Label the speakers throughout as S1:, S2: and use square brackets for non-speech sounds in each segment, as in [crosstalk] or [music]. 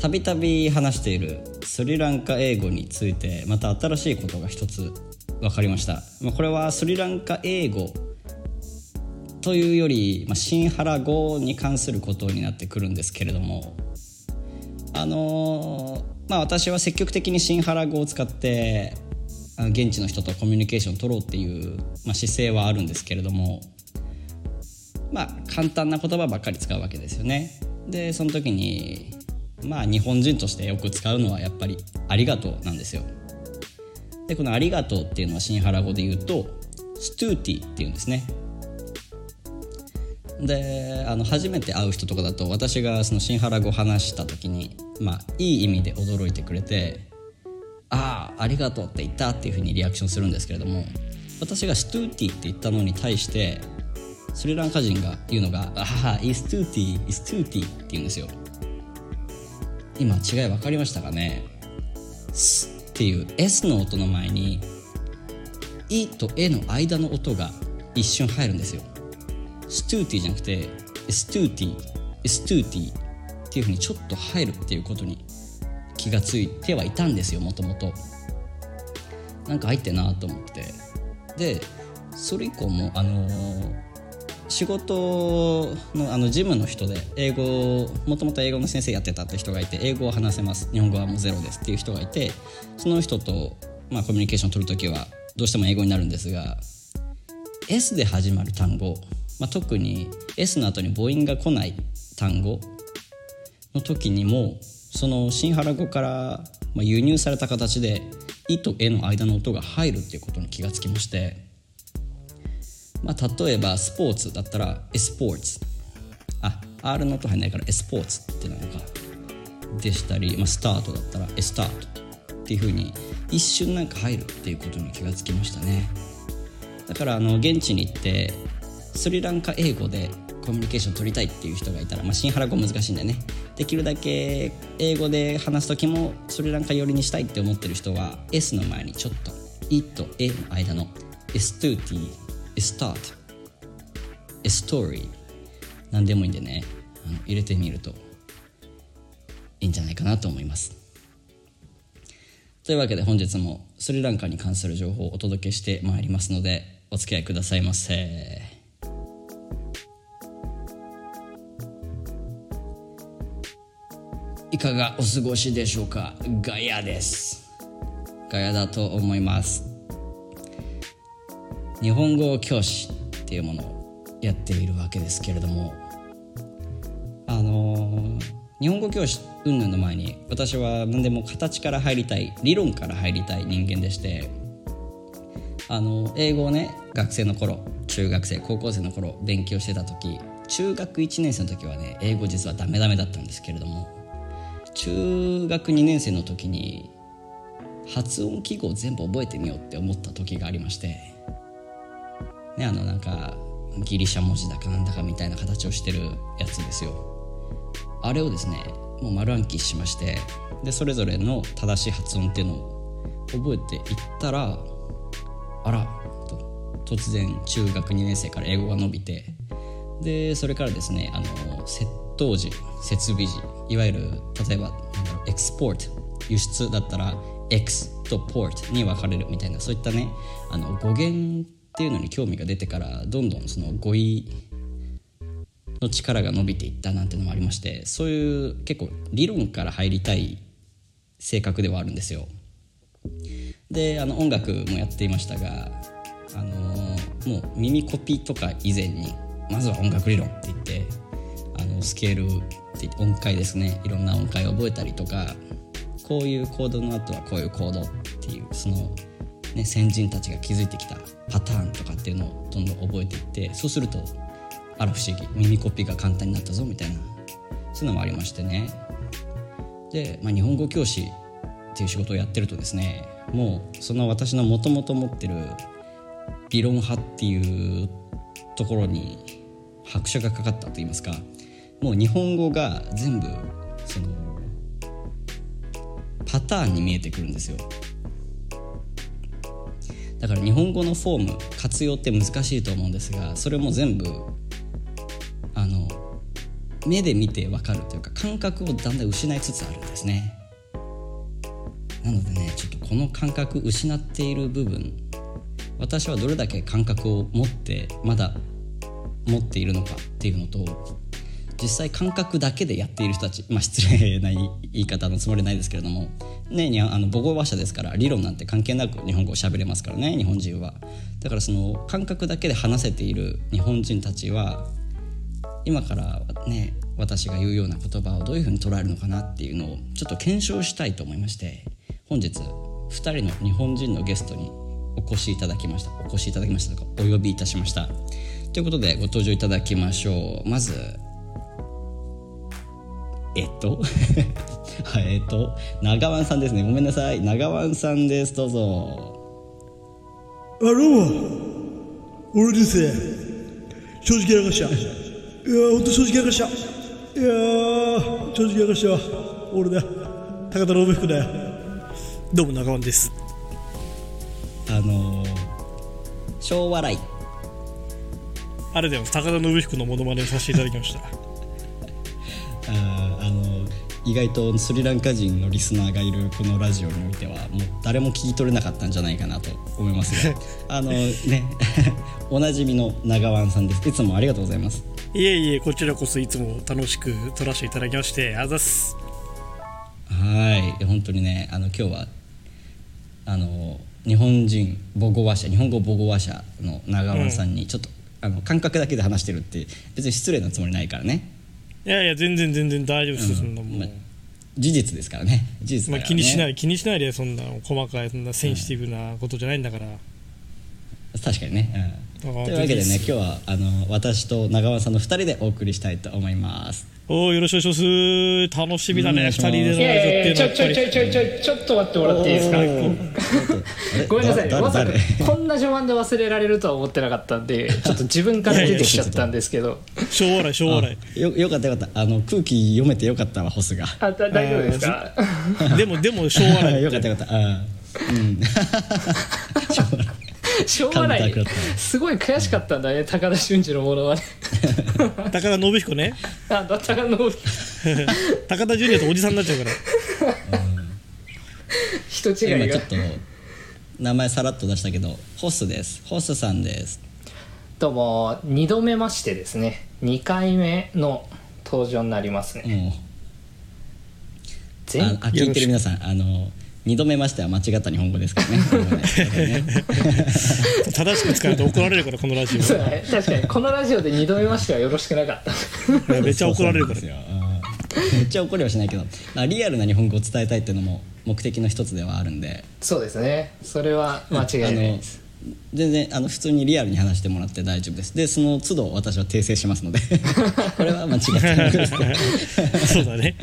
S1: たびたび話しているスリランカ英語についてまた新しいことが一つ分かりましたまあこれはスリランカ英語というより、まあ、シンハラ語に関することになってくるんですけれどもあのーまあ私は積極的にシンハラ語を使ってあの現地の人とコミュニケーションを取ろうっていう、まあ、姿勢はあるんですけれどもまあ簡単な言葉ばっかり使うわけですよね。でその時にまあ日本人としてよく使うのはやっぱり「ありがとう」なんですよ。でこの「ありがとう」っていうのはシンハラ語で言うと「ストゥーティ」っていうんですね。であの初めて会う人とかだと私がそのシンハラ語を話した時に、まあ、いい意味で驚いてくれて「ああありがとう」って言ったっていうふうにリアクションするんですけれども私が「ストゥーティ」って言ったのに対してスリランカ人が言うのが「ああイストゥーティイストゥーティ」って言うんですよ。今違い分かりましたかね「ス」っていう S の音の前に「イ」と「エ」の間の音が一瞬入るんですよ。ストゥーティーじゃなくてストゥーティーストゥーティーっていうふうにちょっと入るっていうことに気がついてはいたんですよもともとなんか入ってんなと思ってでそれ以降もあのー仕事のあのジムの人で英語もともと英語の先生やってたって人がいて英語を話せます日本語はもうゼロですっていう人がいてその人と、まあ、コミュニケーション取るときはどうしても英語になるんですが S で始まる単語、まあ、特に S の後に母音が来ない単語の時にもその新原語から、まあ、輸入された形で「い」と「え」の間の音が入るっていうことに気がつきまして、まあ、例えばスポーツだったら「エスポーツ」あ R の音入んないから「エスポーツ」ってなのかでしたり、まあ、スタートだったら「エスタート」っていうふうに一瞬なんか入るっていうことに気がつきましたね。だからあの現地に行ってスリランカ英語でコミュニケーション取りたいっていう人がいたら、まあ、シンハラ語難しいんでねできるだけ英語で話す時もスリランカ寄りにしたいって思ってる人は S の前にちょっと「イ」と「エ」の間の「エストゥーティー」「エスタート」「エストーリー」何でもいいんでねあの入れてみるといいんじゃないかなと思います。というわけで本日もスリランカに関する情報をお届けしてまいりますのでお付き合いくださいませいかがお過ごしでしょうかガヤですガヤだと思います日本語教師っていうものをやっているわけですけれどもあのー日本語教師云々の前に私は何でも形から入りたい理論から入りたい人間でしてあの英語をね学生の頃中学生高校生の頃勉強してた時中学1年生の時はね英語実はダメダメだったんですけれども中学2年生の時に発音記号を全部覚えてみようって思った時がありましてねあのなんかギリシャ文字だかなんだかみたいな形をしてるやつですよ。あれをですねもう丸暗記しましてでそれぞれの正しい発音っていうのを覚えていったらあらと突然中学2年生から英語が伸びてでそれからですねあの窃盗時設備時いわゆる例えばなんだろうエクスポート輸出だったらエクスとポートに分かれるみたいなそういったねあの語源っていうのに興味が出てからどんどんその語彙の力が伸びていったなんてのもありましてそういう結構理論から入りたい性格ではあるんですよ。であの音楽もやっていましたが、あのもう耳コピとか以前にまずは音楽理論って言ってあのスケールって言って音階ですねいろんな音階を覚えたりとかこういう行動の後はこういう行動っていうその、ね、先人たちが築いてきたパターンとかっていうのをどんどん覚えていってそうするとあら不思議耳コピが簡単になったぞみたいなそういうのもありましてねで、まあ、日本語教師っていう仕事をやってるとですねもうその私のもともと持ってる理論派っていうところに拍車がかかったと言いますかもう日本語が全部そのパターンに見えてくるんですよだから日本語のフォーム活用って難しいと思うんですがそれも全部あの目で見て分かるというか感覚をだんだん失いつつあるんですねなのでねちょっとこの感覚失っている部分私はどれだけ感覚を持ってまだ持っているのかっていうのと実際感覚だけでやっている人たち、まあ、失礼な言い方のつもりないですけれども、ね、にあの母語話者ですから理論なんて関係なく日本語を喋れますからね日本人はだからその感覚だけで話せている日本人たちは今からね私が言うような言葉をどういうふうに捉えるのかなっていうのをちょっと検証したいと思いまして本日2人の日本人のゲストにお越しいただきましたお越しいただきましたとかお呼びいたしましたということでご登場いただきましょうまずえっと [laughs] はいえっと長湾さんですねごめんなさい長湾さんですどうぞ
S2: あ、どうも。俺ですね。正直やらかした。いやー、ほんと正直やらかした。いやー、正直やらかしたわ。俺だ。高田信彦だよ。どうも、中尾です。
S1: あのー小笑い
S2: あれだよ、高田信彦のモノマネをさせていただきました。
S1: あーあの意外とスリランカ人のリスナーがいるこのラジオにおいてはもう誰も聞き取れなかったんじゃないかなと思い
S3: [laughs]
S1: ますがあのね [laughs] おなじみの長湾さんですいつもありがとうございます
S3: いえいえ、こちらこそいつも楽しく撮らせていただきまして、あざっす。
S1: はい本当にねあの今日はあの日本人母語話者日本語母語話者の長湾さんにちょっと、あの感覚だけで話してるって別に失礼なつもりないからね、
S3: いやいや、全然全然大丈夫ですよ、そんなもん。
S1: まあ事実ですからね事実
S3: ま
S1: だ
S3: あ、
S1: から、ね
S3: 気にしない、気にしないで、そんな細かい、そんなセンシティブなことじゃないんだから。
S1: 確かにね、うん、
S3: あー
S1: というわけで
S3: ぜひ
S1: ね今
S3: ぜ
S1: 日
S3: ひ
S1: はあの私と長尾さんの2人でお送りしたいと思います
S3: おー、よろしくお願いします。楽しみだ
S1: お願
S3: ね、
S1: い
S3: 二
S1: し
S3: 人
S1: ます
S3: でのラジオっていうの
S4: ち
S3: は
S4: ょ
S3: やっ
S4: ち
S3: ぱ
S4: ょち
S3: り。
S4: ょちょちょちょっと待ってもらっていいですかごめんなさい
S1: だ
S4: まさか
S1: 誰
S4: こんな序盤で忘れられるとは思ってなかったんでちょっと自分から出てきちゃったんですけど
S3: 小笑い、小笑
S1: よよかったよかったあの空気読めてよかったわホスが
S4: [laughs] あだ大丈夫ですか
S3: い。でも、でも、小笑
S1: [laughs]
S3: い。
S1: よかったよかったあーうんしょうがない
S4: [laughs] しょうがな
S1: カウン
S4: い
S1: ター食らった
S4: すごい悔しかったんだね高田俊二のも
S1: [laughs]
S4: のはね
S3: 高田信彦ね。
S4: あだ高田の
S3: 高田ジュニアとおじさんになっちゃうから。
S4: 人違い
S1: 今
S4: が
S1: ちょっと名前さらっと出したけどホスですホスさんです
S4: どうも2度目ましてですね2回目の登場になりますね
S1: もう
S4: 前
S1: ああ聞いてる皆さんあの2度目ましては間違った日本語ですからねこれはね
S3: 正しく使うと怒られるから、このラジオ。
S4: そうだね確かにこのラジオで2度目ましてはよろしくなかった
S3: いやめっちゃ怒られるから
S1: そう。なんですようんめっちゃ怒りはしないけどまあリアルな日本語を伝えたいっていうのも目的の一つではあるんで
S4: そうですねそれは間違いないです
S1: あの全然あの普通にリアルに話してもらって大丈夫ですでその都度私は訂正します
S4: [laughs]
S1: のでこれは間違ってないです、 [laughs]
S3: そうだね。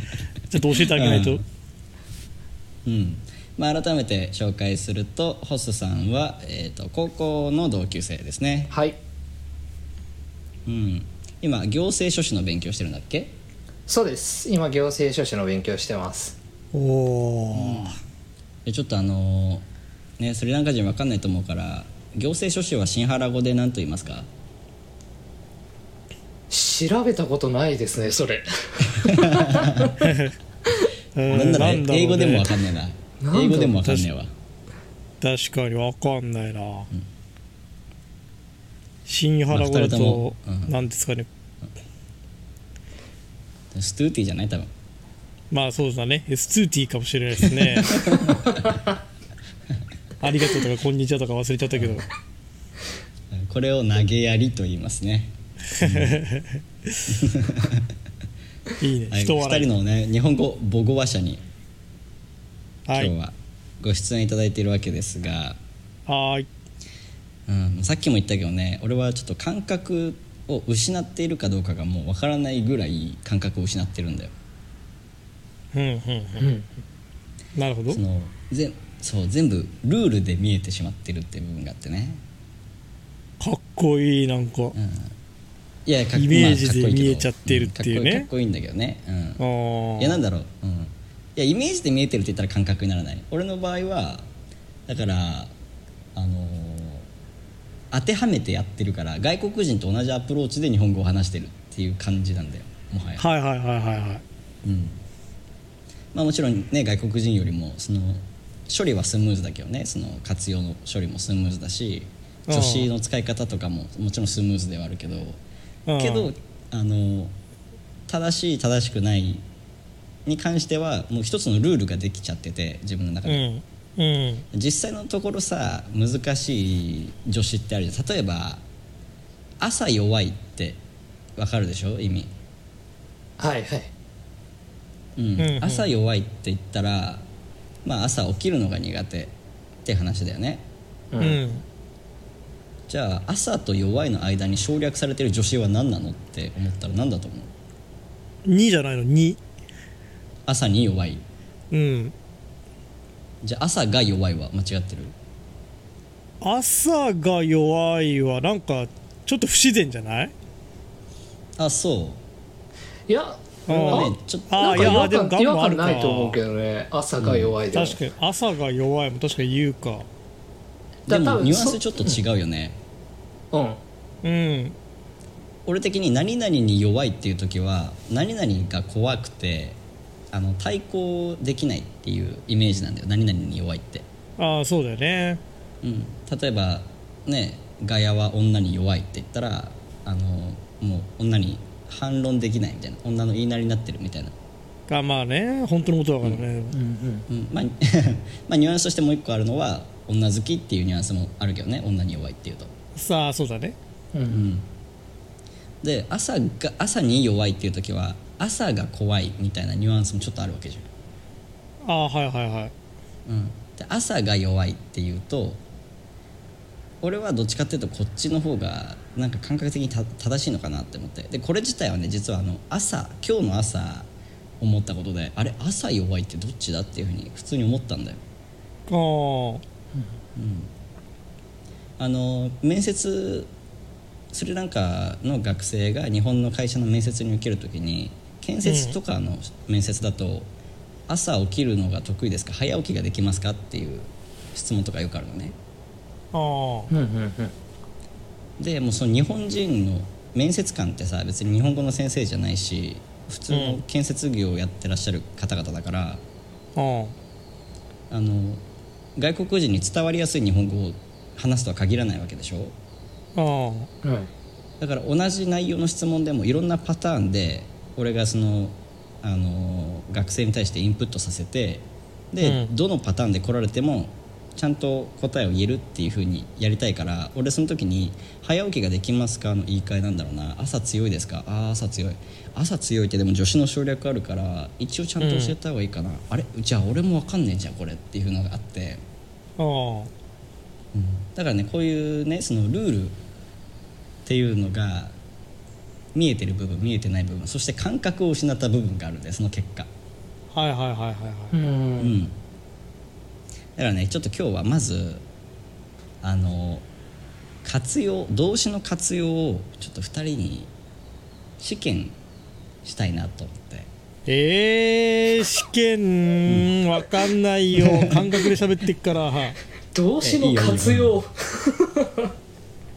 S3: ちょっと教えてあげないと。
S1: うんまあ、改めて紹介するとホスさんは、えー、と高校の同級生ですね、
S4: はい
S1: うん、今行政書士の勉強してるんだっけ
S4: そうです今行政書士の勉強してます
S3: おー。
S1: でちょっとあのーねスリランカ人わかんないと思うから行政書士はシンハラ語で何と言いますか
S4: 調べたことないですねそれ
S3: うん
S1: なんだろう
S3: なんだろうね
S1: 英語でもわかんないな
S4: なんだろう
S1: 英語でもわかんないわ
S3: 確かにわかんないな、新
S1: ま
S3: 原
S1: あ
S3: 語だ
S1: 二人とも
S3: と
S1: うん
S3: 何ですかね、
S1: ストゥーティーじゃない多分
S3: まあそうだね S2T かもしれないで
S1: [laughs]
S3: すねありがとうとかこんにちはとか忘れちゃったけど
S1: これを投げやりと言いますね
S3: いいね、
S1: はい、
S3: 人
S1: 2
S3: 笑い
S1: 人のね日本語母語話者に今
S3: は
S1: 日
S3: い
S1: はご出演いただいているわけですが、
S3: はーい
S1: うん、さっきも言ったけどね俺はちょっと感覚を失っているかどうかがもうわからないぐらい感覚を失ってるんだよ
S3: うんうんうんなるほど
S1: そのぜそう全部ルールで見えてしまってるっていう部分があってね、
S3: かっこいいなんか、
S1: うん、いやかっ
S3: イメージで
S1: まあかっこいいけど
S3: 見えちゃってるっていうんね
S1: かっこいいかっこいいんだけどね、うん、
S3: あー
S1: いやなんだろう、うん、いやイメージで見えてるって言ったら感覚にならない俺の場合はだからあのー当てはめてやってるから外国人と同じアプローチで日本語を話してるっていう感じなんだよもはや、
S3: はいはいはいはいはい
S1: うんまあ、もちろんね外国人よりもその処理はスムーズだけどねその活用の処理もスムーズだし
S3: うん
S1: 女子の使い方とかももちろんスムーズではあるけど
S3: うん
S1: けどあの正しい正しくないに関してはもう一つのルールができちゃってて自分の中
S3: う
S1: で。
S3: んうん
S1: 実際のところさ難しい女子ってあるじゃん例えば朝弱いってわかるでしょ意味、
S4: はいはい
S1: うん
S3: んうん
S1: 朝弱いって言ったらまあ朝起きるのが苦手って話だよね
S4: う、
S3: うんん
S1: じゃあ朝と弱いの間に省略されてる女子は何なのって思ったら何だと思う
S3: 2じゃないの2
S1: 朝に弱い
S3: うん
S1: じゃあ朝が弱いは間違ってる
S3: 朝が弱いはなんかちょっと不自然じゃない
S1: あそ
S4: いや
S1: うこれはね
S4: あ
S1: ちょっと
S3: あ
S4: な
S3: ー
S4: んか違
S3: いや
S4: 和
S3: でも
S4: 感違和
S3: ガム
S4: 感
S3: あるか
S4: ないと思うけどね朝が弱いでも、
S3: 確かに朝が弱いも確かに言うか
S1: で
S4: だから多
S1: も
S4: 分
S1: ニュアン
S4: そ
S1: スちょっと違うよね、
S4: うん
S3: うん
S1: 俺的に何々に弱いっていう時は何々が怖くてあの対抗できないっていうイメージなんだよ何々に弱いって、
S3: ああそうだよね
S1: うん、例えばねガヤは女に弱いって言ったらあのもう女に反論できないみたいな女の言いなりになってるみたいな、
S3: あまあね本当のことだからね、
S4: うんうん
S1: うんまあ、 [laughs] まあニュアンスとしてもう一個あるのは女好きっていうニュアンスもあるけどね女に弱いっていうと
S3: さあそうだね
S1: うん、で朝が朝に弱いっていう時は朝が怖いみたいなニュアンスもちょっとあるわけじ
S3: ああはいはいは
S1: ゃ
S3: い
S1: ん、うん、で朝が弱いっていうと俺はどっちかっていうとこっちの方がなんか感覚的にた正しいのかなって思ってでこれ自体はね実はあの朝今日の朝思ったことであれ朝弱いってどっちだっていうふうに普通に思ったんだよ
S3: ああ
S1: あの面接スリランカの学生が日本の会社の面接に受けるときに建設とかの面接だと、朝起きるのが得意ですか早起きができますかっていう質問とかよくあるのね
S3: ああ
S4: うんうんうん
S1: でもうその日本人の面接官ってさ別に日本語の先生じゃないし普通の建設業をやってらっしゃる方々だから、
S3: あ
S1: あの外国人に伝わりやすい日本語を話すとは限らないわけでしょ
S3: ああ
S4: うん
S1: だから同じ内容の質問でもいろんなパターンで俺がそのあの学生に対してインプットさせてで、
S3: うん
S1: どのパターンで来られてもちゃんと答えを言えるっていうふうにやりたいから俺その時に「早起きができますか?」の言い換えなんだろうな「朝強いですか?」「ああ朝強い」「朝強い」ってでも女子の省略あるから一応ちゃんと教えた方がいいかな、あれじゃあ俺も分かんねえじゃんこれっていうのがあって。
S3: あ
S1: だからねこういうねそのルールっていうのが見えてる部分見えてない部分そして感覚を失った部分があるんでその結果
S3: あはいはいはいはいは
S4: う
S3: い
S1: うんんだからねちょっと今日はまずあの活用動詞の活用をちょっと2人に試験したいなと思って
S3: えー、試験わかんないよ感覚で喋ってっから
S4: 動詞の活用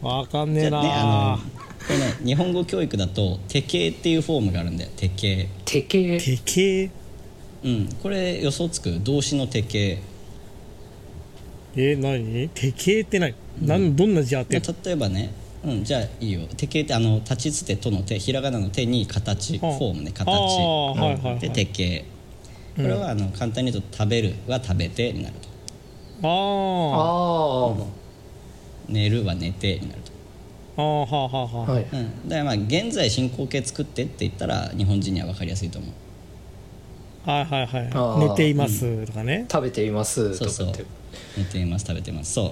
S3: わかんね
S1: じ
S3: え
S1: ゃ
S3: な
S1: あねあのこれね日本語教育だと「手形」っていうフォームがあるんだよ手形
S4: 手形
S3: 手形
S1: うんこれ予想つく動詞の手形
S3: えー、何手形って何、なん、どんな字当て
S1: で
S3: る
S1: 例えばね、うん、じゃあいいよ手形ってあの立ちつてとの手ひらがなの手に形フ
S3: うん
S1: ォームね
S3: あーはい
S1: 形、
S3: はいはい
S1: で手形これはあの簡単に言うと「食べる」は「食べて」になると
S3: ああ
S4: ああ、
S1: 「寝る」は「寝て」になると、
S3: ああはあはあはあ、
S4: はい
S1: うん、だからまあ現在進行形作ってって言ったら日本人には分かりやすいと思う
S3: はいはいはい
S4: あー
S3: 寝ていますとかね、
S4: 食べていますと
S1: そう
S4: かって
S1: そう寝ています食べてますそ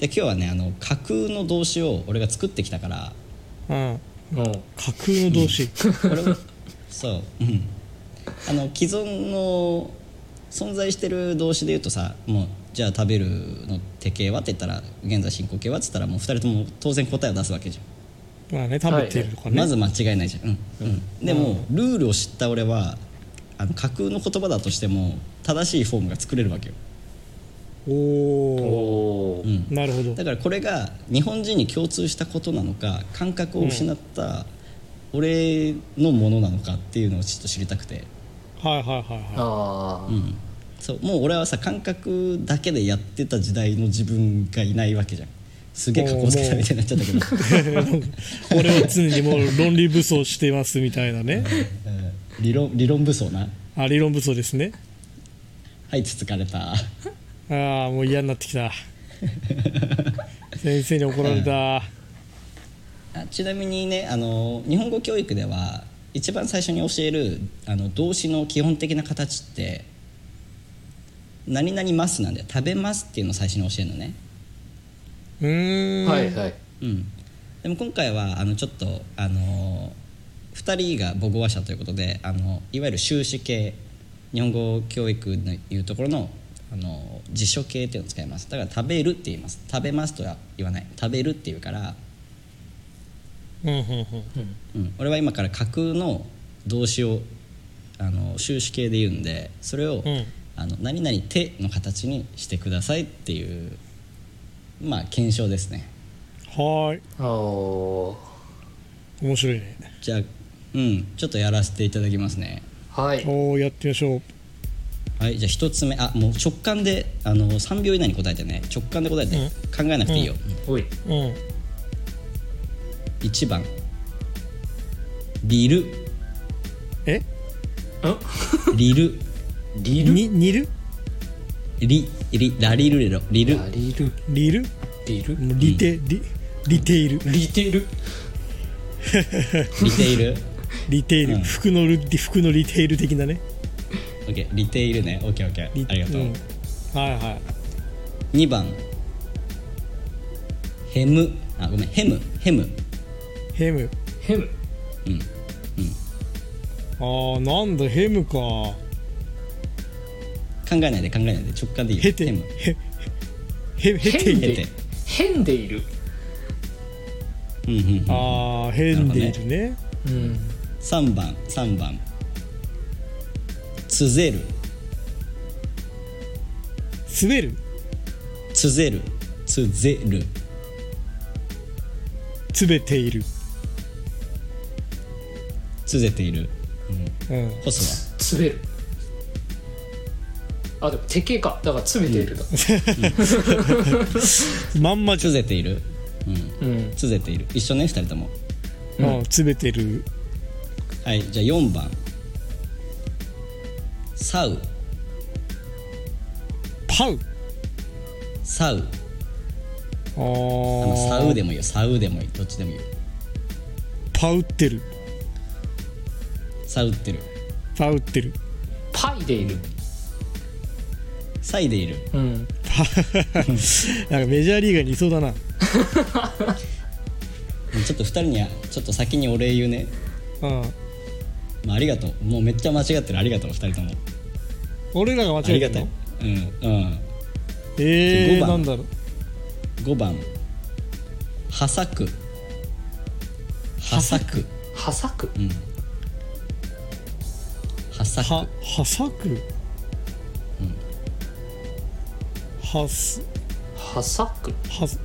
S1: うで今日はねあの架空の動詞を俺が作ってきたから
S3: うん、
S4: うん
S3: 架空の動詞、
S1: これをそう、うん、あの既存の存在してる動詞で言うとさもうじゃあ食べるの手形はって言ったら現在進行形はって言ったらもう2人とも当然答えを出すわけじゃ
S3: まあね食べてるとか
S1: ん、
S3: ね、
S1: まず間違いないじゃん、うんうん、でもルールを知った俺はあの架空の言葉だとしても正しいフォームが作れるわけよ、
S3: お
S4: お
S3: お
S4: お
S1: う
S4: ー、
S1: ん、
S3: なるほど
S1: だからこれが日本人に共通したことなのか感覚を失った俺のものなのかっていうのをちょっと知りたくて、
S3: はいはいはいは
S4: ああ、
S1: うん、そうもう俺はさ感覚だけでやってた時代の自分がいないわけじゃんすげえ格好つけたみたいになっちゃったけど
S3: い俺は常にもう論理武装してますみたいなね
S1: うん [laughs] 理論理論武装な
S3: あ理論武装ですね
S1: はいつつかれた [laughs]
S3: ああもう嫌になってきた先生に怒られた、
S1: あちなみにねあの日本語教育では一番最初に教えるあの動詞の基本的な形って「何々ます」なんで「食べます」っていうのを最初に教えるのね、
S3: うーん
S4: はいはい
S1: うん、でも今回はあのちょっとあの2人が母語話者ということであのいわゆる修士系日本語教育のいうところのあの辞書系っていうのを使いますだから「食べる」って言います「食べます」とは言わない「食べる」って言うから
S3: うんうんうん
S1: うん、俺は今から架空の動詞をあの終止形で言うんでそれを、
S3: うん
S1: あの何々手の形にしてくださいっていうまあ検証ですね
S3: はーい
S4: おお
S3: 面白いね
S1: じゃあうんちょっとやらせていただきますね
S4: ーはい
S3: おおやってみましょう
S1: はいじゃあ1つ目あもう直感であの3秒以内に答えてね直感で答えて、
S3: うん
S1: 考えなくていいよ、
S4: おい
S3: うん
S1: 1番リル
S3: え
S1: リル
S4: リル
S3: に煮る
S1: リリラリルレロリル
S4: あリル
S3: リル
S4: リル
S3: リテ、リリテイル
S4: リテル
S1: リテイル
S3: リテイル、
S1: うん
S3: 服のル服のリテイル的なね
S1: オッケーリテイルねオッケーオッケ
S3: リ
S1: ーありがとう、
S3: んはいはい
S1: 2番ヘムあごめんヘムヘム
S3: ヘム
S4: ヘム
S3: あーなんだヘムか
S1: 考えないで考えないで直感でいいよ
S3: ヘテ
S1: ヘム
S3: ヘヘヘテ
S4: ヘン
S3: イ
S1: ヘ
S3: ル
S4: で
S1: テ
S4: 変でいる
S1: うんうんうん
S3: あーヘンデイルね
S4: うん
S1: 3番3番つぜる
S3: 滑る
S1: つぜるつぜる
S3: つべている
S1: つぜている
S3: うん
S1: ホス
S4: 滑るあでも手形かだから詰めているだ
S3: まんま
S1: は
S3: じゃ
S1: つぜているうん
S4: うん
S1: つぜている一緒ね2人とも
S3: ん、あーつべてる
S1: はいじゃあ4番サウ
S3: パウ
S1: サウ
S3: あ
S1: あの
S3: ー
S1: サウでもいいよサウでもいいどっちでもいいよ
S3: パウってる
S1: サウってる
S3: パウってる
S4: パイでいる
S1: サイでいる
S4: うん
S3: [laughs] パなんかメジャーリーガーにいそうだな
S1: ちょっと2人にはちょっと先にお礼言うね、
S3: うん
S1: まあ、ありがとうもうめっちゃ間違ってるありがとう2人とも
S3: 俺らが間
S1: あり
S3: 違え
S1: が
S3: た
S1: とう
S3: の
S1: うんうん
S3: え
S1: 五
S3: ー、
S1: 番
S3: なんだろう
S1: 5番はさくはさく
S4: はさく
S1: うんはさ
S3: は
S1: く
S3: はさく、はす
S4: はさく
S3: はす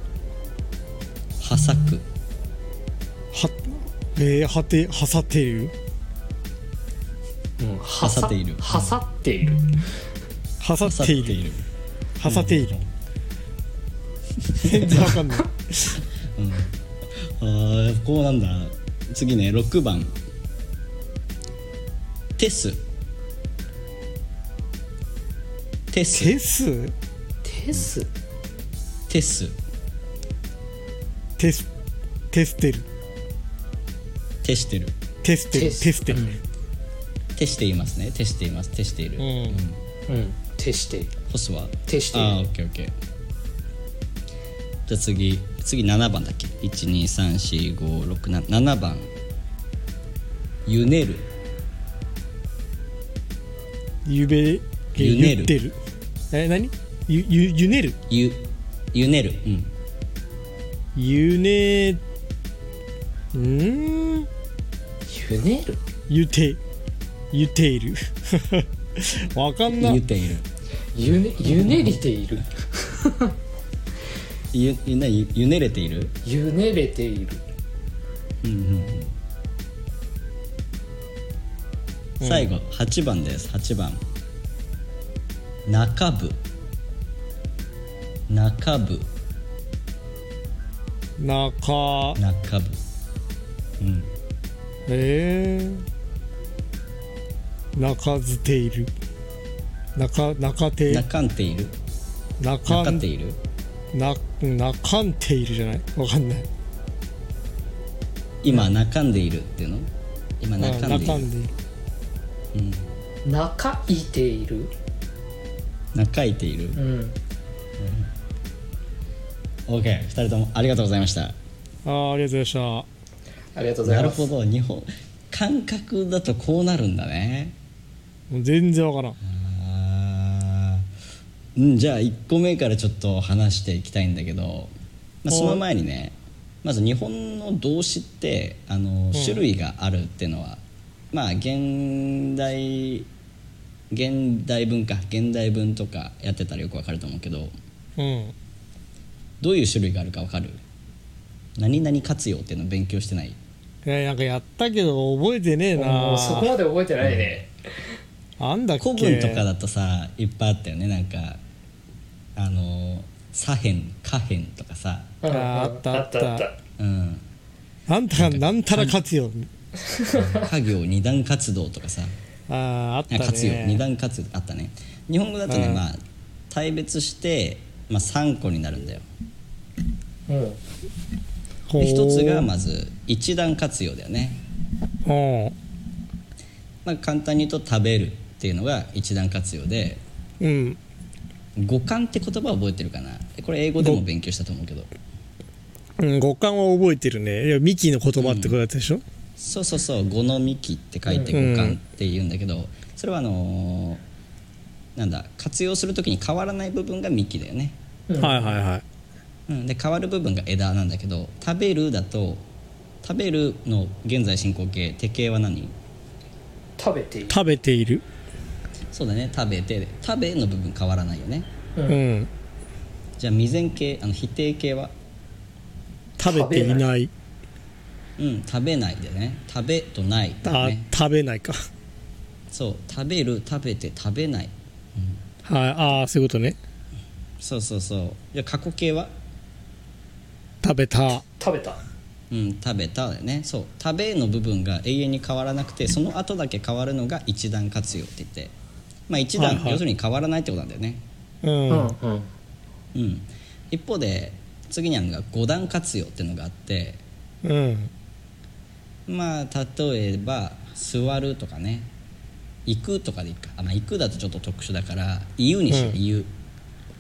S1: はさく
S3: はえー、はてはさてる
S4: うんは
S1: さている
S4: はさっている
S3: はさ
S1: はさ
S3: っ
S1: ってて
S3: い
S1: い
S3: る
S1: る
S3: はさている、全然わかん [laughs] ない
S1: あーこうなんだ次ね6番テステス
S3: テス
S4: テス
S1: テス
S3: テステステル
S1: テしてる
S3: テステル
S4: テ
S3: テス
S4: ス
S3: テル、
S1: 手していますね手しています手している、
S3: うん
S4: うんテしている
S1: ホスは
S4: 手している
S1: ああオッケーオッケーじゃあ次次7番だっけ1234567番ゆねる
S3: ゆべ
S1: ゆねる
S3: ゆってるえ何ゆゆゆねる
S1: ゆゆねるうん
S3: ゆねうーん
S4: ゆねる
S3: ゆてゆている [laughs] わかんな
S1: ゆている
S4: ゆねゆねりている
S1: ゆゆなゆゆねれている
S4: ゆねれている
S1: うんうんうん最後8番です8番中部中部
S3: 中
S1: 中部うん
S3: えー、中ずている中中て
S1: 中んている
S3: 中
S1: 中っている
S3: な中んているじゃないわかんない
S1: 今中んでいるっていうの今中んでいる
S3: 中んでいる
S4: 中いている
S1: 中いている
S4: うん
S1: OK2 人ともありがとうございました
S3: あーありがとうございまし
S4: ありがとうござ
S1: ないる
S4: ます
S1: ほど日本感覚だとこうなるんだね
S3: たもう全然わからん
S1: あーうんじゃあ1個目からちょっと話していきたいんだけど、まあ、その前にねまず日本の動詞ってあの種類があるっていうのは、まあ現代現代文か現代文とかやってたらよくわかると思うけど
S3: うん
S1: どういう種類があるかわかる何々活用っていうの勉強してない
S3: いやなんかやったけど覚えてねえ
S4: も
S3: な
S4: うそこまで覚えてないね、
S3: あんだっけ
S1: 古文とかだとさいっぱいあったよねなんかあの左辺下辺とかさ
S4: うんうん
S3: あーあったあった
S4: あった
S1: うん
S3: なんたらなんたら活用
S1: 家業二段活動とかさ
S3: あああった
S1: あ
S3: ね
S1: 活用二段活動あったね日本語だとね、
S3: うん
S1: まあ大別して、まあ、3個になるんだよ
S4: うん
S3: ほう
S1: で一つがまず一段活用だよね、
S3: うん
S1: まあ、簡単に言うと「食べる」っていうのが一段活用で
S3: うん
S1: 五感って言葉覚えてるかなこれ英語でも勉強したと思うけど
S3: うん、五感は覚えてるねいやミキの言葉ってことだったでしょ、
S1: そうそうそう「五の幹」って書いて「
S3: うん
S1: 五感」って言うんだけどそれはあのーなんだ活用するときに変わらない部分が幹だよね
S4: うん
S3: はいはいはい
S1: うん、で変わる部分が枝なんだけど「食べる」だと「食べる」の現在進行形手形は何
S4: 食べている
S3: 食べている
S1: そうだね「食べて」「食べ」の部分変わらないよね
S4: う
S3: うんん、
S1: じゃあ未然形あの否定形は
S3: 食べていない
S1: 「うん食べない」でね「食べ」と「ない」だよ
S3: あ
S1: ね
S3: 食べないか
S1: そう「食べる」「食べて」「食べない
S3: はいああそういうことね」
S1: そうそうそうじゃあ過去形は
S3: 食べた
S4: 食べた
S1: 「うん食べた」だよねそう「食べ」の部分が永遠に変わらなくてその後だけ変わるのが一段活用って言ってまあ一段、
S3: はいはい
S1: 要するに変わらないってことなんだよね
S3: うん、
S4: うん
S3: あ
S4: うん
S1: うん、一方で次にあるのが五段活用っていうのがあって
S3: うん、
S1: まあ例えば「座る」とかね「行く」とかでいいかあ、まあ、行くだとちょっと特殊だから「言う」にしよう
S3: う
S1: 「
S3: ん
S1: 言う」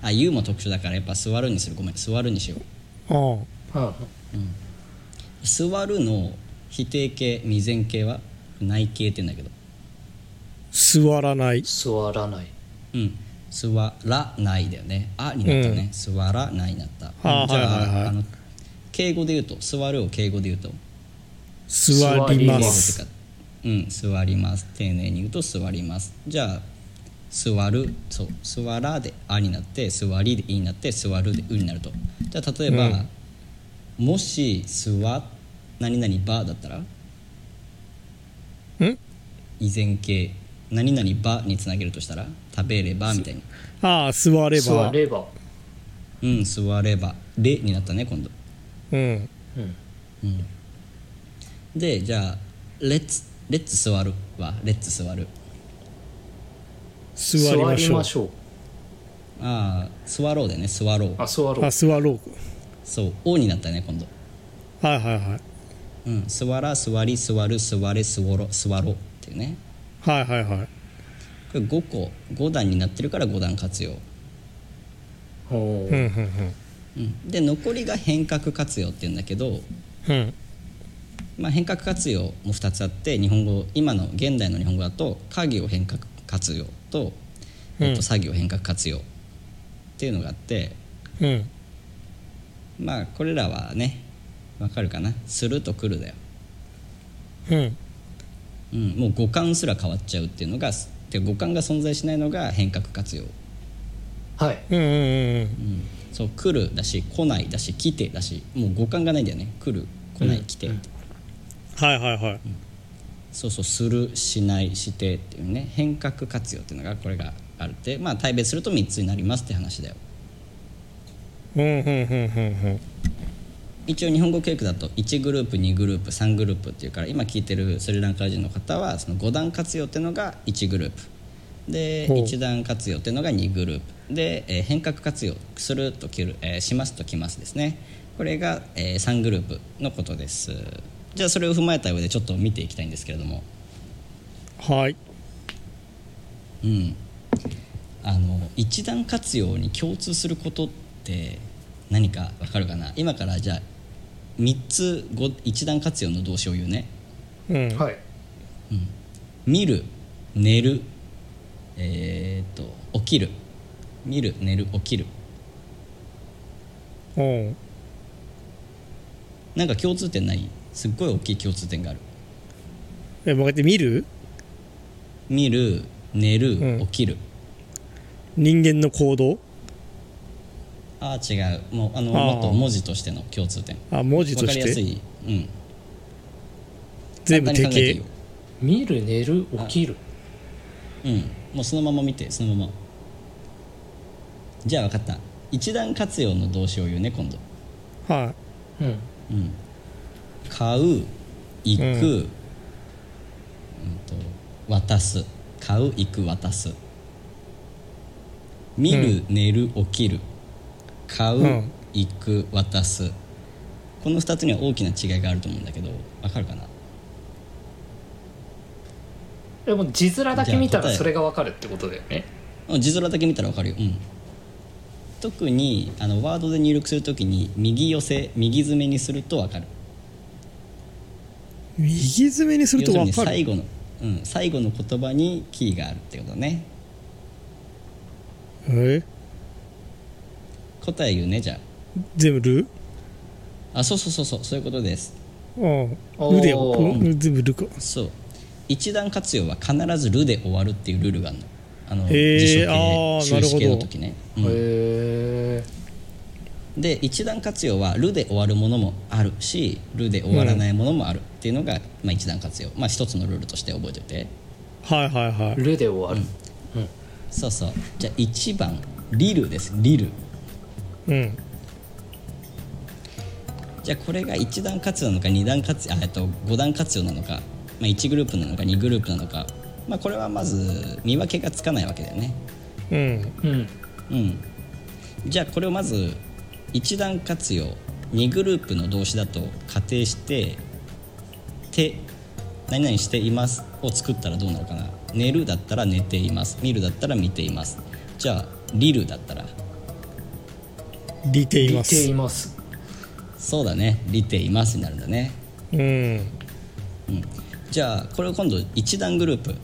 S1: あ「言う」も特殊だからやっぱ「座る」にするごめん「座る」にしよう
S3: あ
S4: うん
S1: 「座る」の否定形未然形は内形って言うんだけど
S3: 座らない
S4: 座らない
S1: うん「座らない」だよね「あ」になったね「座らない」になった
S3: あー
S1: うんじゃあ,、
S3: はいはいはい
S1: あの敬語で言うと「座る」を敬語で言うと
S3: 座り
S4: 座りま
S3: ま
S1: 英語
S3: す
S1: とかうん座ります丁寧に言うと座りますじゃあ座るそう座らであになって座りでいになって座るでうになるとじゃあ例えば、
S3: うん
S1: もし座何々ばだったら
S3: ん
S1: 依然形何々ばにつなげるとしたら食べればみたいに
S3: ああ座れ
S4: 座
S3: ば
S4: れば
S1: うん座ればれになったね今度
S3: うん
S4: うん
S1: うんでじゃあレッツレッツ座るはレッツ座る
S3: 座りましょう
S4: ょう
S1: ああ座ろうだよね座ろう
S4: あ座ろう
S3: あ座ろう
S1: そう「お」になったね今度
S3: はいはいはい
S1: うん「座ら」「座り」「座る」「座れ」「座ろ」「座ろ」っていうね
S3: はいはいはい
S1: これ5個5段になってるから5段活用、
S4: お
S3: うん
S4: ー
S1: うん、で残りが変革活用っていうんだけど、
S3: うんうん
S1: まあ、変革活用も2つあって日本語今の現代の日本語だと「家業変革活用と」えっ
S3: う
S1: と
S3: ん
S1: 作業変革活用っていうのがあって
S3: うんうん
S1: まあこれらはねわかるかな「する」と「来る」だよ
S3: うん
S1: うん、もう五感すら変わっちゃうっていうのがてか五感が存在しないのが変革活用、
S4: はい
S3: うんうん
S1: うん、そう来るだし来ないだし来てだしもう五感がないんだよね来る来ない来て、
S4: うん
S3: はいはいはい
S1: そうそうするしないしてっていうね変革活用っていうのがこれがあるってまあ対別すると3つになりますって話だよ
S3: うんうんうんうんうん
S1: 一応日本語教育だと1グループ2グループ3グループっていうから今聞いてるスリランカ人の方はその5段活用っていうのが1グループで
S3: ほう
S1: 1段活用っていうのが2グループで、えー変革活用するときる、えーしますときますですねこれが、え3グループのことですじゃあそれを踏まえた上でちょっと見ていきたいんですけれども
S3: はい
S1: うんあの一段活用に共通することって何かわかるかな今からじゃあ3つご一段活用の動詞を言うね
S3: うん
S4: はい
S1: 見る寝るえーっと起きる見る寝る起きる
S3: うん
S1: なんか共通点ないすっごい大きい共通点がある
S3: えもうやって見る
S1: 見る寝る、
S3: うん
S1: 起きる
S3: 人間の行動
S1: ああ違うもうあの
S3: あー
S1: もっと文字としての共通点
S3: あ文字
S1: わ
S3: と
S1: か
S3: し
S1: りやす
S3: て
S1: い、うん、
S3: 全部
S1: 簡単に
S3: 定
S1: 考えていい
S3: 型
S1: よ
S4: 見る寝る起きる
S1: うんもうそのまま見てそのままじゃあ分かった一段活用の動詞を言うね今度
S3: は
S4: うん
S1: うん買う行く、
S3: うん
S1: うんと渡す買う行く渡す見る、寝る起きる買う、
S3: うん
S1: 行く渡すこの2つには大きな違いがあると思うんだけど分かるかな
S4: でも字面だけ見た
S1: じゃ
S4: ら
S1: あ答え
S4: それがわかるってことだよね
S1: うん字面だけ見たらわかるよ、うん、特にあのワードで入力するときに右寄せ右詰めにするとわかる
S3: い右詰めにする
S1: 要す
S3: と
S1: る
S3: 分
S1: に
S3: か
S1: 最
S3: る
S1: 後の、うん、最後の言葉にキーがあるってことね
S3: え
S1: 答え言うねじゃ
S3: 全部る
S1: ああそうそうそうそうそういうことです
S3: うんるでよ
S4: おー
S3: うん全部るか
S1: そう一段活用は必ず「る」で終わるっていうルールがあるのあの
S3: へー
S1: 辞書
S3: あー
S1: 系修士系の時ね、うん
S4: へえ
S1: で一段活用は「る」で終わるものもあるし「る」で終わらないものもあるっていうのが、まあ、一段活用、まあ、一つのルールとして覚えておいて
S3: はいはいは
S4: るで終わる
S1: そうそうじゃあ1番リルですリル
S3: いうん
S1: じゃあこれが1段活用なのか2段活用あえっと5段活用なのか、まあ、1グループなのか2グループなのか、まあ、これはまず見分けがつかないわけだよね
S3: うん
S4: うん
S1: うんじゃあこれをまず1段活用2グループの動詞だと仮定して「て」「何々しています」を作ったらどうなるかな「寝る」だったら「寝ています」「見る」だったら「見ています」じゃあ「リル」だったら
S3: 似ていま
S4: 見てい
S3: す
S4: ます
S1: そうだね「りています」になるんだね
S3: うん
S1: うんじゃあこれを今度1段グループ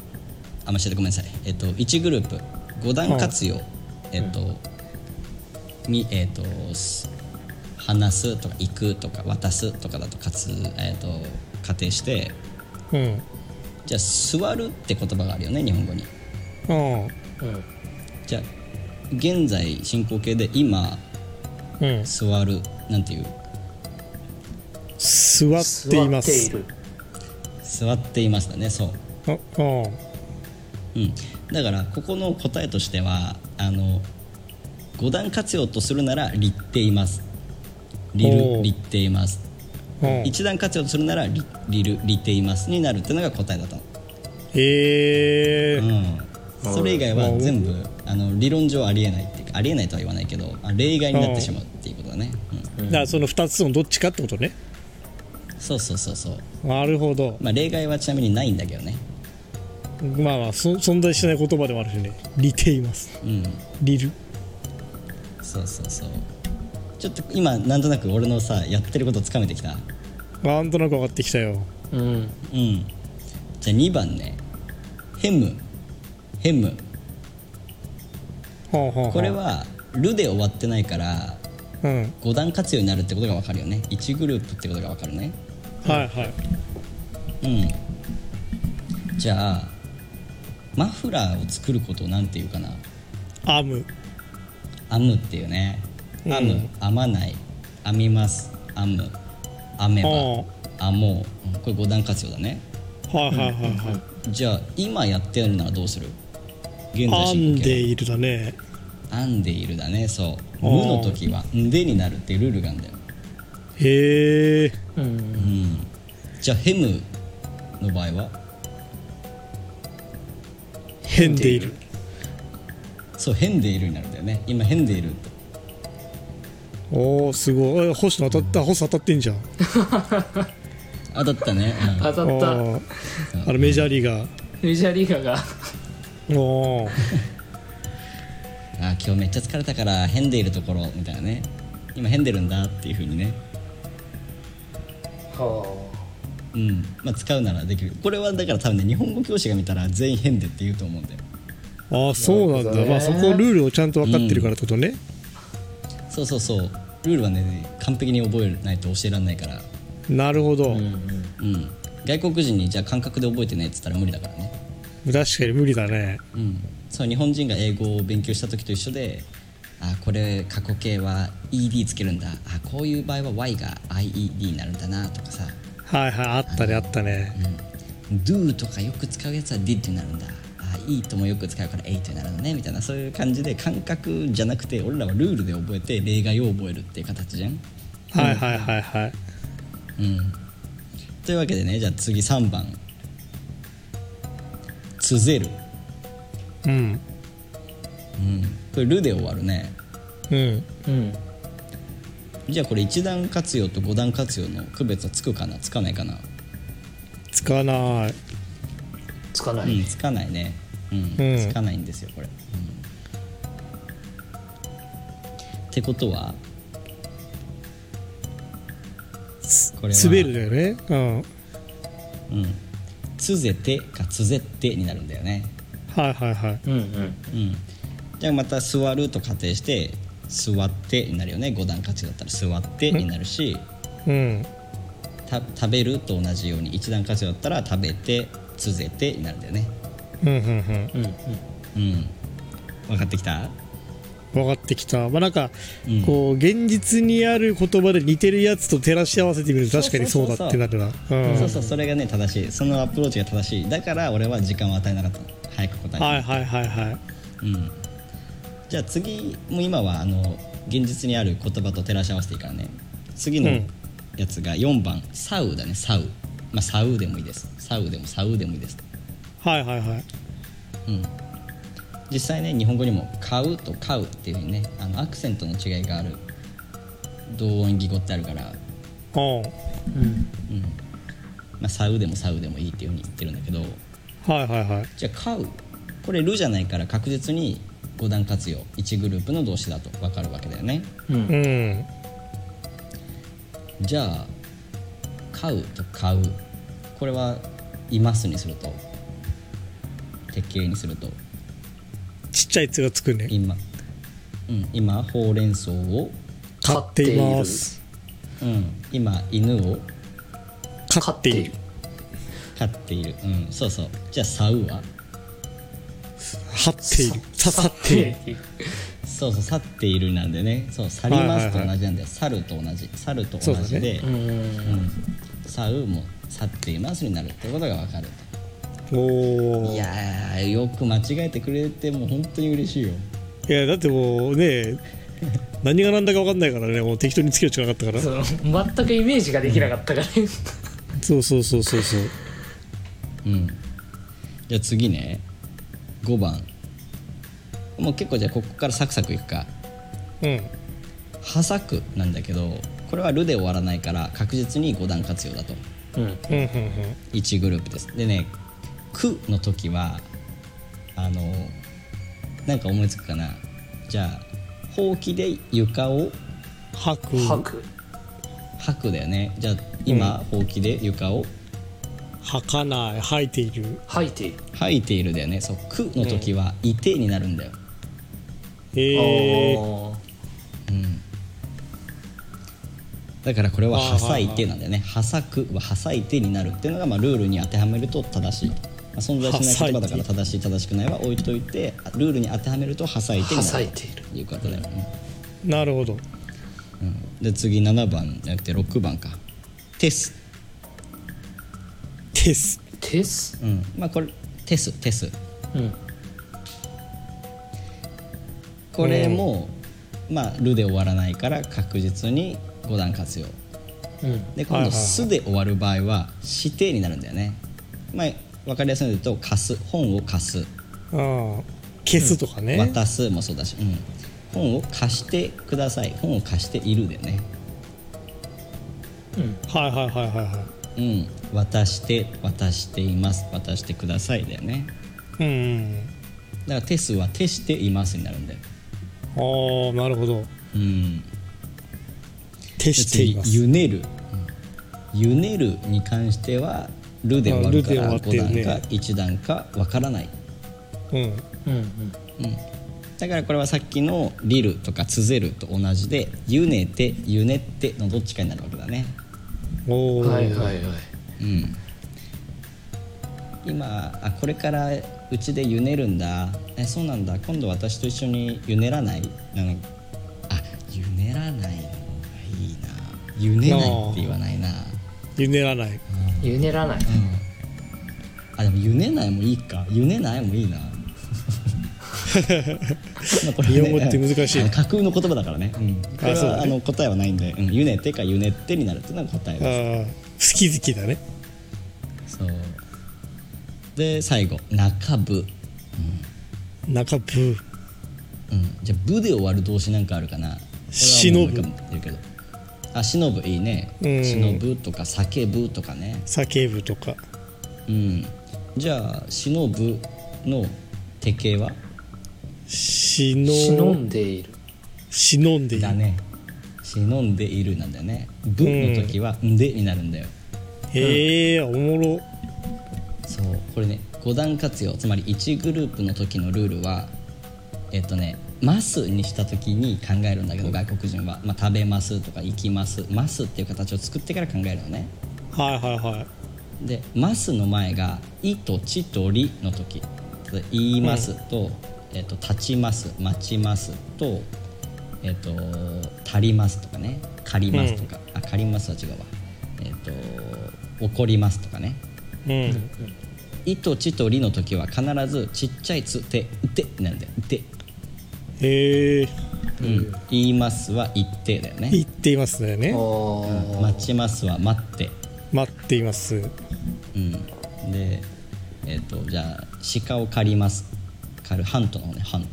S1: あ間違えたごめんなさい、えっと、1グループ5段活用、えっと、みえっとす話すとか行くとか渡すとかだとかつ、えっと、仮定して
S3: うん
S1: じゃあ座るって言葉があるよね日本語に
S3: うん
S4: うん
S1: じゃあ現在進行形で今
S3: うん
S1: 座るなんていう
S3: 座っていま
S4: 座ってい
S3: す
S4: る
S1: 座っていますだねそう
S3: あうん
S1: うん、だからここの答えとしてはあの五段活用とするなら「立っています」「リ
S3: お
S1: ル」「
S3: う
S1: 立っています」
S3: うん
S1: 一段活用とするならリ「リル」「立っています」になるっていうのが答えだったの、
S3: ええ
S1: うん、それ以外は全部あの理論上ありえないっていうかありえないとは言わないけどあ例外になってしまうっていうことだね、うん、
S3: だからその2つのどっちかってことね
S1: そうそうそうそう、
S3: なるほど
S1: まあ、例外はちなみにないんだけどね、
S3: まあまあそ存在しない言葉でもあるしね似ています
S1: うん、
S3: リル
S1: そうそうそうちょっと今なんとなく俺のさやってることつかめてきた
S3: なんとなく分かってきたよ
S4: うん
S1: うんじゃあ2番ねヘムヘム
S3: ほうほうほう
S1: これは「る」で終わってないから
S3: うん
S1: 5段活用になるってことが分かるよね1グループってことが分かるね
S3: はいはい
S1: うんじゃあマフラーを作ることをなんて言うかな
S3: アム
S1: 編むっていうね
S3: うん
S1: 編む、編まない編みます編む編めば
S3: ほ
S1: 編もううんこれ5段活用だね
S3: はいはいはいはい
S1: じゃあ今やってるならどうする現在
S3: 編
S1: 進
S3: ん
S1: 行
S3: で
S1: 形
S3: いるだね
S1: 編んでいるだねそう「
S3: あー
S1: 無」の時は「んで」になるっていうルールがあるんだよ
S3: へえ
S4: うん
S1: うんじゃあ「ヘム」の場合は
S3: 編んでいる
S1: そう「ヘンでいる」になるんだよね今「ヘンでいる」って
S3: おおすごいえ星野当たった星当たってんじゃん
S1: あだったね、うん
S4: 当た
S3: あー
S4: った
S3: あのメジャーリーガ
S4: メジャーリーガーが
S3: ーおお
S1: あー今日めっちゃ疲れたからヘンでいるところみたいなね今ヘンでるんだっていうふうにね
S4: は
S1: うんまあ使うならできるこれはだから多分ね日本語教師が見たら全員ヘンでって言うと思うんだよ
S3: ああそうなんだ、
S4: なるほどね
S3: まあそこルールをちゃんと分かってるからってことね、
S1: そうそうそうルールはね完璧に覚えないと教えられないから
S3: なるほど、
S4: あう
S1: う
S4: ん
S1: ん外国人にじゃあ感覚で覚えてねっつったら無理だからね
S3: 確かに無理だね
S1: うんそう日本人が英語を勉強した時と一緒であこれ過去形は ED つけるんだあこういう場合は Y が IED になるんだなとかさ
S3: はいはいあったねあったね
S1: うん do とかよく使うやつは did になるんだあいいともよく使うから8になるのねみたいなそういう感じで感覚じゃなくて俺らはルールで覚えて例外を覚えるっていう形じゃん
S3: はいはいはいはい
S1: うんというわけでねじゃあ次3番「つぜる
S3: うん」
S1: うん、これ「る」で終わるね
S3: うん
S4: うん
S1: じゃあこれ1段活用と5段活用の区別はつくかなつかないかな
S3: つかない
S4: つかな
S1: うん
S4: い
S1: つかないね、うん
S3: うん
S1: つかないんですよこれ、うんってことはこれは
S3: 滑るだよねうん
S1: うん「つぜて」か「つぜって」になるんだよね
S3: はいはいはい
S4: うんうん
S1: うんじゃあまた「座る」と仮定して「座って」になるよね五段活用だったら「座って」になるし
S3: うん
S1: 「た食べる」と同じように一段活用だったら「食べて」「つぜて」になるんだよね
S3: うんうんうん
S4: うんうん
S1: うん分かってきた
S3: 分かってきたまあなんか、
S1: うん
S3: こう現実にある言葉で似てるやつと照らし合わせてみると確かにそうだってなるなうん
S1: そうそうそれがね正しいそのアプローチが正しいだから俺は時間を与えなかったの早く答えた、
S3: はいはいはいはい
S1: うん、じゃあ次もう今はあの現実にある言葉と照らし合わせていいからね次の
S3: うん
S1: やつが4番「サウ」だね「サウ」まあ「サウ」でもいいです「サウ」でも「サウ」でもいいです、
S3: はいはいはい
S1: うん、実際ね日本語にも「買う」と「買う」っていうふうにねあのアクセントの違いがある同音異義語ってあるから
S3: うん
S4: うん
S1: うんまあ「サウ」でも「サウ」でもいいっていうふうに言ってるんだけど
S3: はいはいはい
S1: じゃあ「買う」これ「る」じゃないから確実に5段活用1グループの動詞だと分かるわけだよね
S4: う
S3: うんん
S1: じゃあ「買う」と「買う」これは「います」にすると鉄形にすると
S3: ちっちゃい「つ」がつくね
S1: 「今」うん「今ほうれん草を」
S3: 飼っています
S1: うん「今犬を
S4: 飼っている
S1: 飼っている」うんそうそうじゃあ「さう」は
S3: 張っている刺さっている
S4: ている
S1: そうそう「去っている」なんでねそう「去ります」と同じなんだよ「去る」と同じ「去る」と同
S3: そう
S1: じ
S3: だ
S1: で
S3: ね
S1: 「
S4: うん
S1: さう」も「去っています」になるってことが分かると。
S3: おお
S1: いやーよく間違えてくれてもう本当に嬉しいよ
S3: いやだってもうね何が何だか分かんないからねもう適当につけるしかなかったから
S4: その全くイメージができなかったからね
S3: そうそうそうそうそう
S1: うんじゃあ次ね5番もう結構じゃあここからサクサクいくか
S3: うん
S1: 「はさく」なんだけどこれは「る」で終わらないから確実に5段活用だと
S4: うん
S3: うんうんうん
S1: 1グループですでね「く」の時はあのなんか思いつくかなじゃあ「ほうきで床を
S3: 吐く
S4: 吐く
S1: 吐く」だよねじゃあ今、ほうきで床を
S3: 吐かない吐いている
S4: 吐いている
S1: 吐いているだよねそう「く」の時は「いて」になるんだよ、
S3: えー、
S4: あ
S1: うん、だからこれは「
S3: あー
S1: はさいて」なんだよね「はさく」は「はさいて」になるっていうのがまあルールに当てはめると正しい、まあ、存在しない言葉だから
S3: は
S1: 正しい正しくないは置いといてルールに当てはめると「はさいて」
S4: ー
S1: に
S4: は
S1: な
S4: さい
S1: る
S4: ている
S1: ということだよね、
S3: なるほど
S1: うん、で次7番じゃなくて6番か「テス
S3: です
S4: テス
S1: うんまあこれテステス
S4: うん
S1: これも、まあ「る」で終わらないから確実に5段活用
S4: うん
S1: で今
S3: はいはい
S1: 度「
S3: はい
S1: す」で終わる場合は指定になるんだよね、まあ、分かりやすいので言うと「貸す」本を貸す
S3: ああ消すとかね、
S1: 渡すもそうだし、うん、本を貸してください本を貸しているだよね
S4: うん
S3: はいはいはいはいは
S1: うん渡して渡しています渡してくださいだよね
S3: いうん
S1: だから手数は手していますになるんだよ
S3: うんああなるほど
S1: うん
S3: 手しています
S1: ゆねる、うんゆねるに関してはるで終わるか
S3: あ
S1: ら
S3: るで終わ
S1: 5
S3: ってるね
S1: 段か1段かわからない、
S3: うん
S4: うんうん
S1: うん、だからこれはさっきの「りる」とか「つぜる」と同じで「ゆねて」「ゆねって」のどっちかになるわけだね
S3: おお
S4: はいはいはい
S1: うん、今あこれからうちで茹ねるんだえそうなんだ今度私と一緒に茹ねらないあのあ茹ねらないのがいいな茹ねないって言わないな
S3: ゆねらない
S4: ゆねらない
S1: あでも茹ねないもいいか茹ねないもい
S3: [laughs]
S1: いなまあこれはね
S3: 日本語って難しい
S1: あの架空の言葉だからね、うん、これ
S3: あそうだ
S1: は
S3: ね
S1: あの答えはないんで「うん、ゆねて」か「ゆねって」になるっていうのが答え
S3: あ
S1: です
S3: あ好き好きだね
S1: そうで最後「中部」
S3: 中ブー
S1: うん、じゃあ「部」で終わる動詞なんかあるかな
S3: 忍ぶ
S1: 俺はもう思い浮かんでるけどあ忍ぶいいね
S3: うん
S1: 忍ぶとか叫ぶとかね
S3: 叫ぶとか
S1: うんじゃあ忍ぶの手形は
S3: 忍
S4: 忍んでいる
S3: 忍んでいる
S1: だね忍んでいるなんだよね「ぶ」の時は「んで」になるんだよ
S3: へえおもろ
S1: そうこれね五段活用つまり1グループの時のルールはえっとね「ます」にした時に考えるんだけど外国人は「まあ、食べます」とか「行きます」「ます」っていう形を作ってから考えるのね
S3: はいはいはい
S1: で「ます」の前が「い」と「ち」と「り」の時例えば言います」と「えっと立ちます」「待ちます」と「えっと足ります」とかね「借ります」とか「あ借ります」は違うわ「えっと怒ります」とかね
S3: うん
S1: 「い」と「ち」と「り」の時は必ずちっちゃい「つ」「て」「うて」なんだよ「うて」
S3: へえ
S1: うん「言います」は「言って」だよね
S3: 言っていますよね
S4: お
S1: 「
S4: ー
S1: 待ちます」は「待って」
S3: 待っています
S1: うん、で、えっとじゃあ鹿を借ります狩るハントの方ねハン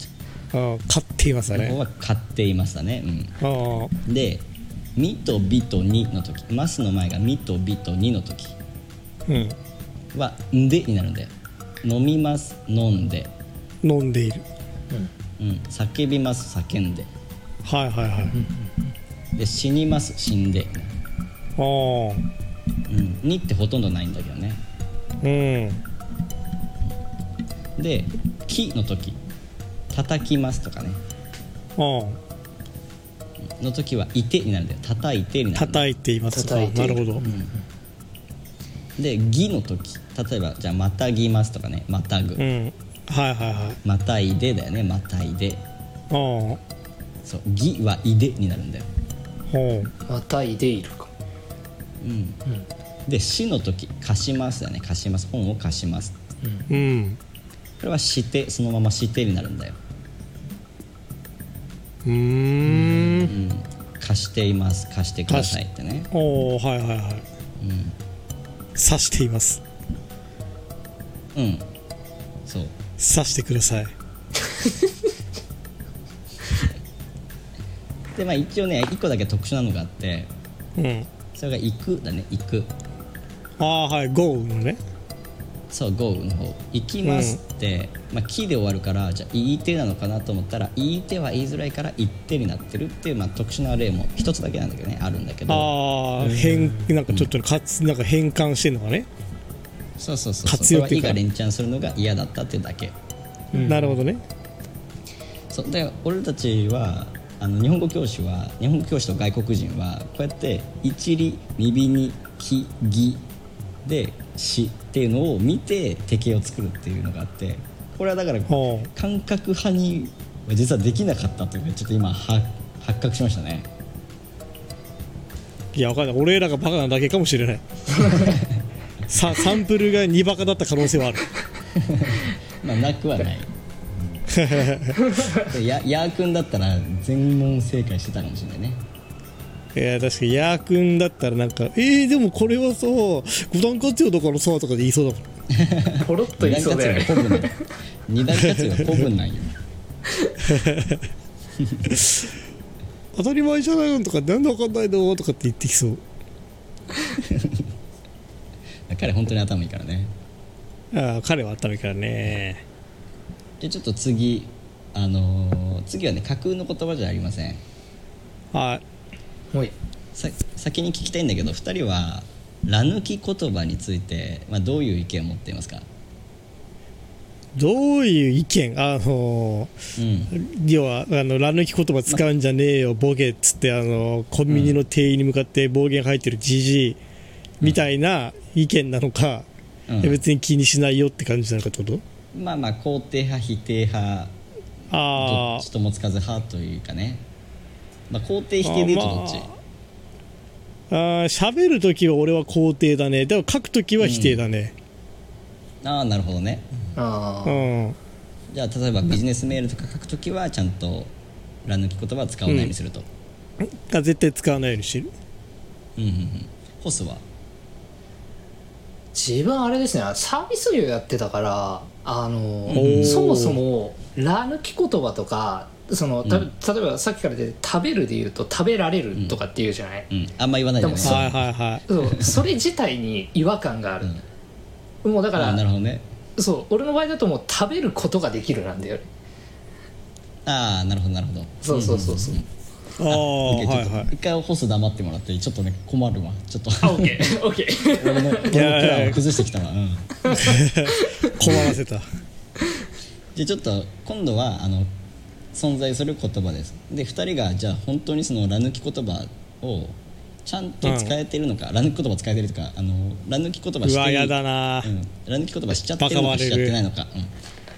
S1: ト
S3: あ買っていますよ
S1: ここ
S3: ね
S1: は買っていましたね、う
S3: ああ
S1: ん、で「み」と「び」と「に」の時「ます」の前が「み」と「び」と「に」の時
S3: うん
S1: は「んで」になるんだよ飲みます飲んで、
S3: 飲んでいる
S1: うん、叫びます叫んで
S3: はいはいはい
S1: で死にます死んで、
S3: あ
S1: うん、にってほとんどないんだけどね
S3: あうん
S1: で「き」の時「叩きます」とかね
S3: あ
S1: の時は「いて」になるんだよ「叩いて」にな
S3: あ
S1: るんだよ
S3: 叩いていますとか
S4: 叩いて
S3: ないる
S4: る
S3: ほど
S1: で「ぎ」の時例えばじゃあ「またぎます」とかね「またぐ」
S3: うんはいはいはい
S1: またいで」だよね「またいで」
S3: ああ
S1: そう「ぎ」は「いで」になるんだよ、
S3: ほう
S4: またいでいる [laughs] か
S1: うん、
S4: うん
S1: で「し」の時「貸します」だよね「貸します」本を貸します
S4: う
S3: う
S4: ん
S3: ん
S1: これは「して」そのまま「して」になるんだよ、
S3: うー
S1: うんん、貸しています貸してくださいってね、
S3: おおはいはいは
S1: うん、
S3: い刺しています
S1: うん、そう
S3: 刺してください
S1: でまあ一応ね一個だけ特殊なのがあって
S3: うん
S1: それが「行く」だね「行く」
S3: ああはい豪雨のね
S1: そう「GO」の方「行きます」って、まあ「き」で終わるからじゃあ「言い手」なのかなと思ったら「言い手」は言いづらいから「言って」になってるっていう、まあ、特殊な例も一つだけなんだけどねあるんだけど
S3: ああ変なんかちょっとかつなんか変換してんのかね
S1: そうそうそう
S3: 活
S1: そ
S3: 用
S1: う
S3: っ
S1: こ
S3: て
S1: れ
S3: い
S1: は「い」
S3: う
S1: が連
S3: か
S1: チャンするのが嫌だったっていうだけ
S3: なるほどね
S1: そうで俺たちはあの日本語教師は日本語教師と外国人はこうやって「一理」「二びに」「き」「ぎ」で「し」っていうのを見て手形を作るっていうのがあってこれはだから
S3: ほう
S1: 感覚派に実はできなかったというかちょっと今は発覚しましたね
S3: いやわかんない俺らがバカなだけかもしれないさサンプルが2バカだった可能性はある
S1: まあなくはない
S3: [laughs]
S1: やヤー君だったら全問正解してたかもしれないね
S3: いや確かにヤー君だったらなんか「えー、でもこれはさ五段活用だからさ」とかで言いそうだもん
S4: ポロッと言いそうだよね
S1: 古文だよ二段活用は古文なんよ
S3: 当たり前じゃないのとかなんでわかんないのとかって言ってきそう
S1: 彼本当に頭いいからね
S3: ああ彼はあっためからね
S1: じゃあちょっと次あのー次はね架空の言葉じゃありません
S3: はい
S4: おい
S1: さ先に聞きたいんだけど2人はラ抜き言葉について、まあ、どういう意見を持っていますか
S3: どういう意見あの
S1: うん
S3: 要はあのラ抜き言葉使うんじゃねえよボケっつってあのコンビニの店員に向かって暴言吐いてるじじいみたいな意見なのか、
S1: うん
S3: いや別に気にしないよって感じなのかってこと
S1: まあまあ肯定派否定派ど
S3: あ
S1: っちともつかず派というかね、まあ、肯定否定で言うとどっち、
S3: あまああー喋るときは俺は肯定だねでも書くときは否定だね
S1: ああなるほどね
S4: あ
S3: う
S4: あ
S3: ん、
S1: じゃあ例えばビジネスメールとか書くときはちゃんとラ抜き言葉は使わないようにすると、
S3: あ絶対使わないようにしてる
S1: うんうんうんホスは
S4: 自分あれですねサービス業やってたからあの
S3: ー
S4: そもそもラ抜き言葉とかそのた
S1: うん
S4: 例えばさっきから出て食べるで言うと食べられるとかっていうじゃない、
S1: うんあんま言わないじゃない
S4: でも
S3: はいはいはい
S4: そうそれ自体に違和感がある、もうだか
S1: ああな
S4: ら
S1: るほどね
S4: そう俺の場合だともう食べることができるなんだよね
S1: ああなるほどなるほど
S4: そうそうそうそう、
S3: ああ
S1: オッケー
S3: は
S1: ちょっ
S3: い
S1: と
S3: はい
S1: 一回ホス黙ってもらってちょっとね困るわちょっ
S3: [laughs]
S1: と
S4: あオッケーオッケー
S1: 俺の俺のプ
S3: やいやいや
S1: ランを崩してきたわ、うん、
S3: 困らせた
S1: じゃあちょっと今度はあの存在する言葉ですで2人がじゃあ本当にそのラ抜き言葉をちゃんと使えてるのか、ラ抜き言葉使えてるとかあのラ抜き言葉し
S3: う
S1: て
S3: わやだな
S1: うん、ラ抜き言葉しちゃってるの
S3: バ
S1: か
S3: カバ
S1: し
S3: レる
S1: ちゃってないのか、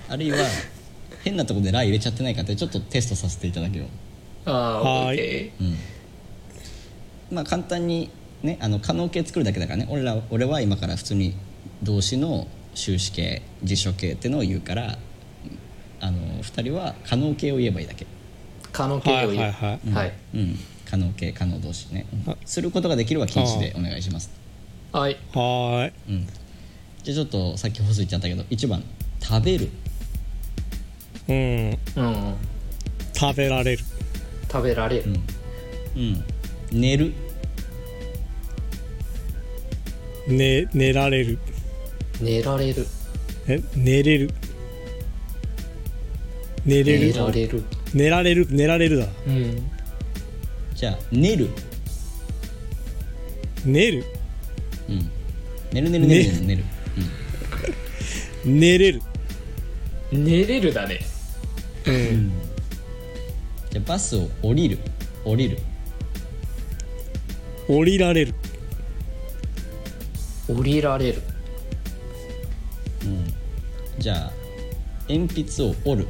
S1: うん、あるいは変なとこで「ラ」入れちゃってないかってちょっとテストさせていただけよ
S4: [laughs] あーオ
S3: はー
S4: ッ
S3: い
S4: ケ
S1: う、うん、まあ簡単にねあの可能形作るだけだからね俺ら俺は今から普通に動詞の終止形辞書形ってのを言うからあの2人は可能形を言えばいいだけ、
S4: ー可能形を言う
S3: はいはいはい
S4: うんはい
S1: うん、可能形可能動詞ね、うん
S3: あ
S1: することができるは禁止でお願いします、
S4: はい
S3: はーい
S1: うん、じゃあちょっとさっき細いちゃったけど1番「食べる
S3: うん
S4: うん
S3: 食べられる
S4: 食べられる、」
S1: うん「寝る」
S3: 寝寝られる
S4: 寝られる
S3: え寝れる寝れ
S4: 寝
S3: る
S4: られる
S3: 寝られる寝られるだ
S4: うん
S1: じゃあ「寝る」
S3: 寝る
S1: うん「寝る寝る寝る寝る」寝る
S3: 寝れる
S4: 寝れるだね
S3: うん
S1: じゃあバスを降りる降りる
S3: 降りられる
S4: 降りられる
S1: じゃあ鉛筆を折る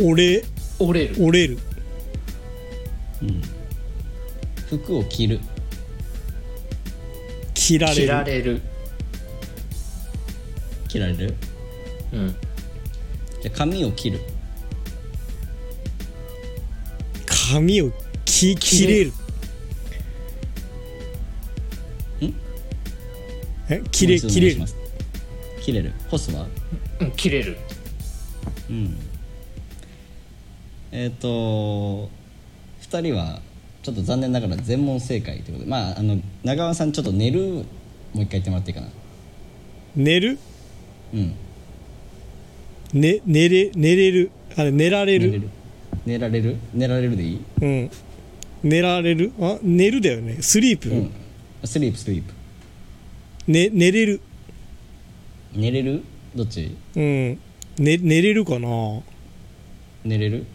S3: 折れ
S4: 折れる
S3: 折れる
S1: 服を着る
S3: 切られ
S4: 切
S3: る
S4: られる
S1: 着られる
S4: うん
S1: じゃあ髪を切る
S3: 髪をき切れるえ切れ
S1: もう一度
S3: 切
S1: お願
S3: れ
S1: いし
S3: る
S1: ます切れるホスは
S4: うん切れる
S1: うんえっ、と2人はちょっと残念ながら全問正解ということでまああの長尾さんちょっと寝るもう一回言ってもらっていいかな
S3: 寝る
S1: うん
S3: 寝寝れ寝れるあれ寝られ
S1: 寝
S3: る
S1: れる寝られる寝られるでいい
S3: うん寝られるあ寝るだよねスリープ、
S1: うんスリープスリープ
S3: ね寝れる
S1: 寝れるどっち
S3: うん、ね、寝れるかな
S1: 寝れる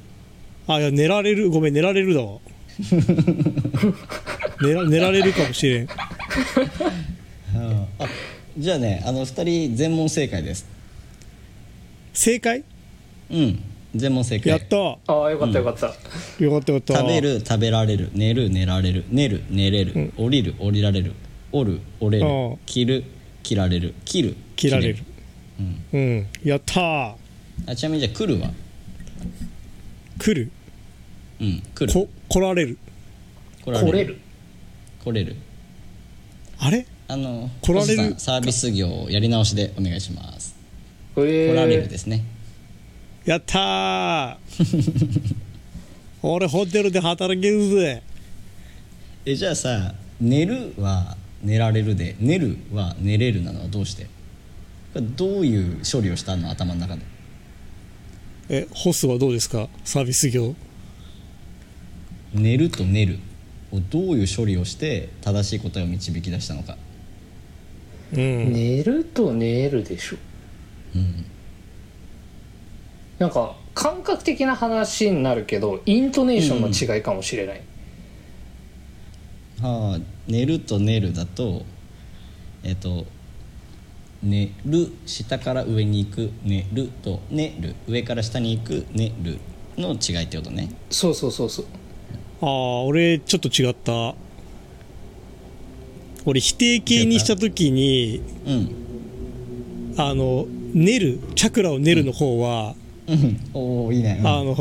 S3: あいや寝られるごめん寝られる
S1: [laughs]
S3: だわ寝ら寝られるかもしれん
S1: あじゃあねあの2人全問正解です
S3: 正解
S1: うん全問正解
S3: やったよ
S4: ああよかったよかった、
S3: かったよかった
S1: 食べる食べられる寝る寝られる寝る寝れる、降りる降りられる折る折れ
S3: あ
S1: る
S3: あ
S1: 切る切られる切る
S3: 切られる
S1: うん
S3: うんやったー
S1: あちなみにじゃあ来るは
S3: 来る
S1: うん来る
S3: こ来られる
S1: 来ら
S4: 来
S1: れ
S4: れ
S1: る
S4: る
S1: 来れる
S3: あれ
S1: あの
S3: 来られる
S1: 星さんサービス業やり直しでお願いします
S4: 来
S1: 来られるですね
S3: やったー俺ホテルで働けるぜ
S1: えじゃあさ寝るは寝られるで寝るは寝れるなのはどうしてこれどういう処理をしたの頭の中で
S3: えホスはどうですかサービス業
S1: 寝ると寝るをどういう処理をして正しい答えを導き出したのか
S3: うん
S4: 寝ると寝るでしょ
S1: うん
S4: なんか感覚的な話になるけどイントネーションの違いかもしれない、
S1: はあ寝ると寝るだとえっと寝る下から上に行く寝ると寝る上から下に行く寝るの違いってことね
S4: そうそうそうそう
S3: ああ俺ちょっと違った俺否定形にした時に
S1: うん
S3: あの練るチャクラを練るの方は、
S1: うんおおいいね
S3: あの [laughs]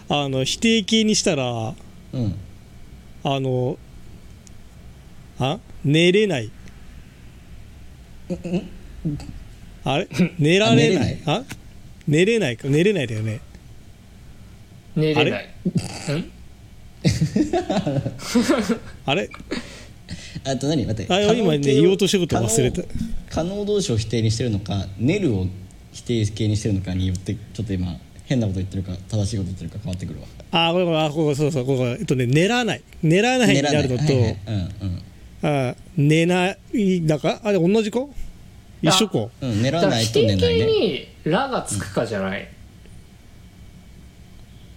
S3: うんあの否定形にしたら
S1: うん、うん、
S3: あのあ寝れないあれ寝られないあ寝れないか寝れないだよね
S4: 寝れ
S3: あ
S4: ないん
S3: あれ
S1: あと何待って
S3: あ
S1: 可能
S3: 今ね
S1: 形を
S3: 言おうとしたこと忘れた
S1: 可能可能動詞を否定にしてるのか寝るを否定形にしてるのかによってちょっと今変なこと言ってるか正しいこと言ってるか変わってくるわ
S3: あこれこれあここそうそうここえっとね寝らない寝らないになるの
S1: 寝ら
S3: と、
S1: ないはいはいうんうん
S3: あ寝ないだかあれ同じか一緒か
S1: うん、寝
S4: だ
S1: ら
S4: から
S1: ない
S4: 否
S1: と寝な
S4: 定
S1: い
S4: 形
S1: ね
S4: に「ら」がつくかじゃない、